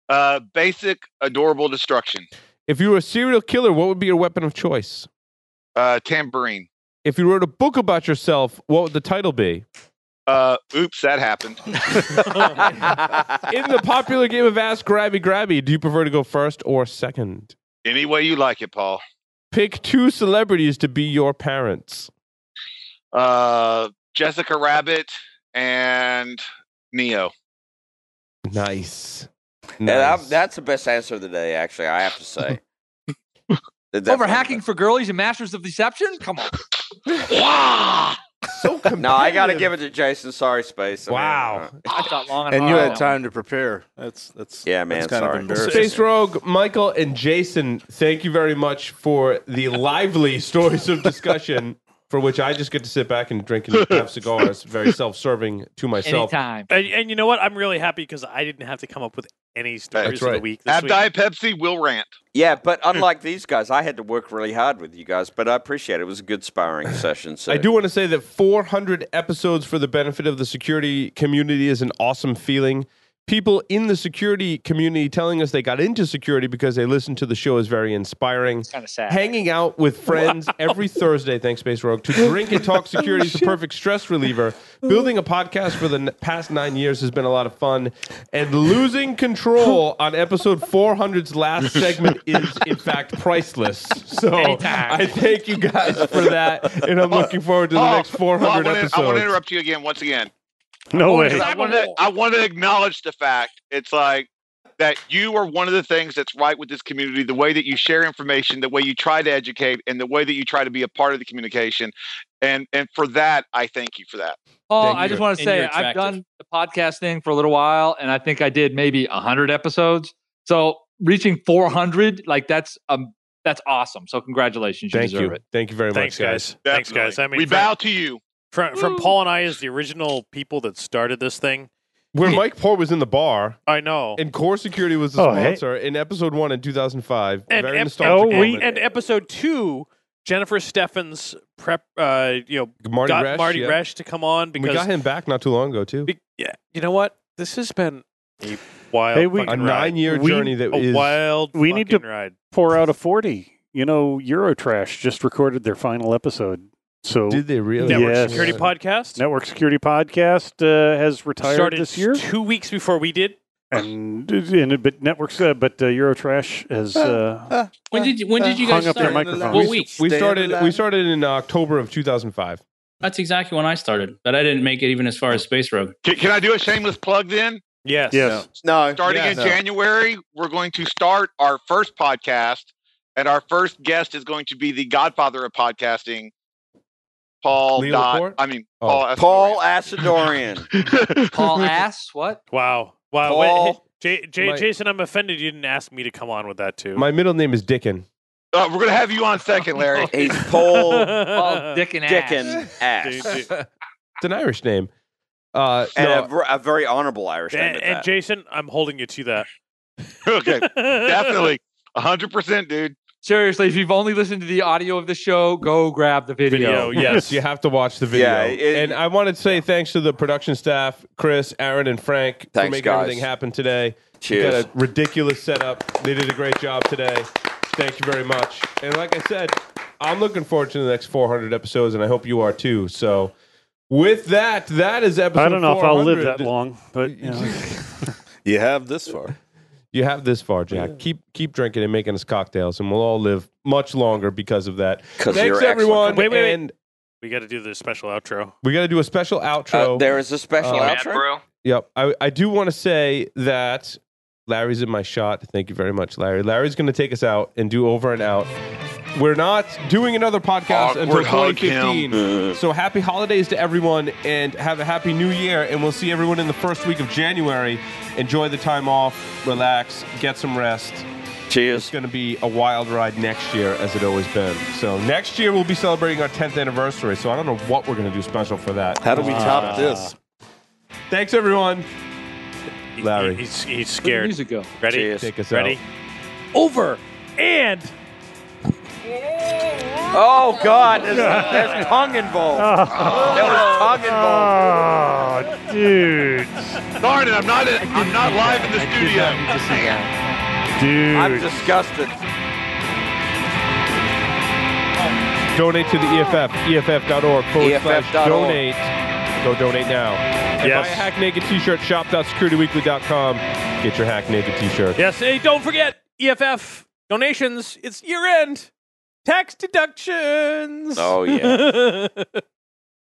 Uh, basic adorable destruction. If you were a serial killer, what would be your weapon of choice? Uh, tambourine. If you wrote a book about yourself, what would the title be? Uh, oops, that happened. In the popular game of Ask Grabby Grabby, do you prefer to go first or second? Any way you like it, Paul. Pick two celebrities to be your parents. Uh, Jessica Rabbit and Neo. Nice. Yeah, that- Nice. that's the best answer of the day. Actually, I have to say. That- that's Over one of hacking the for girlies and masters of deception? Come on. Wow! best. No, I got to give it to Jason. Sorry, space. I mean, Wow. uh, I thought long and, And you hard had on time to prepare. That's that's Yeah, man, That's kind sorry. of Space embarrassing. Rogue, Michael, and Jason, thank you very much for the lively stories of discussion, for which I just get to sit back and drink and have cigars, very self serving to that one. myself. Anytime. And, and you know what? I'm really happy because I didn't have to come up with any stories of right. the week this Have week. Diet Pepsi, will rant. Yeah, but Hmm. unlike these guys, I had to work really hard with you guys. But I appreciate it. It was a good sparring session. So I do want to say that 400 episodes for the benefit of the security community is an awesome feeling. People in the security community telling us they got into security because they listened to the show is very inspiring. Kind of sad. hanging out with friends every Thursday, thanks Space Rogue, to drink and talk security is the perfect stress reliever. Building a podcast for the n- past nine years has been a lot of fun, and losing control on episode 400's last segment is, in fact, priceless. So I thank you guys for that, and I'm looking forward to the Paul, next 400 Paul, Oh, I wanna- I want to episodes. interrupt you again, once again. No Oh, way. Because I want to, I want to acknowledge the fact it's like that you are one of the things that's right with this community. The way that you share information, the way you try to educate, and the way that you try to be a part of the communication, and and for that, I thank you for that. Paul, Thank Oh, I you. just want to And say you're I've attractive. done the podcast thing for a little while, and I think I did maybe hundred episodes. So reaching 400, like that's um that's awesome. So congratulations, you Thank deserve you. it. Thank you very Thanks, much, guys. Thanks, Definitely. guys. I mean, we from- bow to you. from, from Paul and I as the original people that started this thing. Where Mike Poor was in the bar I know. and Core Security was the Oh, hey. sponsor in episode one in 2005. and, very ep- nostalgic. Oh, and- moment. and episode two, Jennifer Steffens prep, uh, you know, Marty got Resch, Marty yeah. Resch to come on We because got him back not too long ago too. Be- yeah, you know what? This has been a wild, Hey, we- A fucking ride. nine-year We- journey that a is wild. We need fucking to- ride. Pour out a 40. You know, Eurotrash just recorded their final episode. So Did they really? Network Yes. Security Podcast Network Security Podcast uh, has retired started this year. two weeks before we did. and, and but networks uh, but uh, Eurotrash has uh, When did you, when did you guys hung up their start? microphone. What week? We started. We started in October of 2005. That's exactly when I started, but I didn't make it even as far as Space Rogue. Can, can I do a shameless plug then? Yes. yes. No. Starting yeah, in no. January, we're going to start our first podcast, and our first guest is going to be the Godfather of podcasting, Paul. Lee Dot, Laporte? I mean, Oh. Paul. S. Paul Asadorian. Paul ass, what? Wow. Wow. Paul- Wait, hey, J- J- My- Jason, I'm offended you didn't ask me to come on with that too. My middle name is Dickin. Uh, we're gonna have you on second, Larry. He's Paul Paul Oh, Dick and ass. Dickin Ass. Dude, dude. It's an Irish name. Uh, And no, a, ver- a very honorable Irish name. and, at and that. Jason, I'm holding you to that. okay, definitely, hundred percent, dude. Seriously, if you've only listened to the audio of the show, go grab the video. Video, yes. you have to watch the video. Yeah, it- and I want to say thanks to the production staff, Chris, Aaron, and Frank for Thanks, making guys. everything happen today. We Cheers. Got a ridiculous setup. They did a great job today. Thank you very much. And like I said, I'm looking forward to the next 400 episodes, and I hope you are too. So, with that, that is episode. I don't know if I'll live 400. that long, but you know. You have this far. You have this far, Jack. Keep keep drinking and making us cocktails, and we'll all live much longer because of that. 'Cause Thanks, you're everyone. excellent. Wait, wait, wait. And We got to do the special outro. we got to do a special outro. Uh, there is a special Uh, outro. Yep. I, I do want to say that Larry's in my shot. Thank you very much, Larry. Larry's going to take us out and do over and out. We're not doing another podcast until Awkward hug 2015. So happy holidays to everyone and have a happy new year. And we'll see everyone in the first week of January. Enjoy the time off, relax, get some rest. It's Cheers. going to be a wild ride next year, as it always been. So next year we'll be celebrating our 10th anniversary. So I don't know what we're going to do special for that. How do we Ah. top this? Thanks, everyone. He- Larry. he- he's, he's Where did the scared. music go? Ready? Cheers. Take us out. Ready? Over and. Oh God, there's, there's tongue involved. There was tongue involved. oh, dude, Darn it, I'm not. I'm not live in the studio. dude. I'm disgusted. Donate to the E EFF, EFF.org E forward slash EFF.org. donate. Go donate now. And Yes. buy a Hack Naked t-shirt, shop.securityweekly.com. Get your Hack Naked t-shirt. Yes. Hey, don't forget E EFF donations. It's year end. Tax deductions. Oh yeah.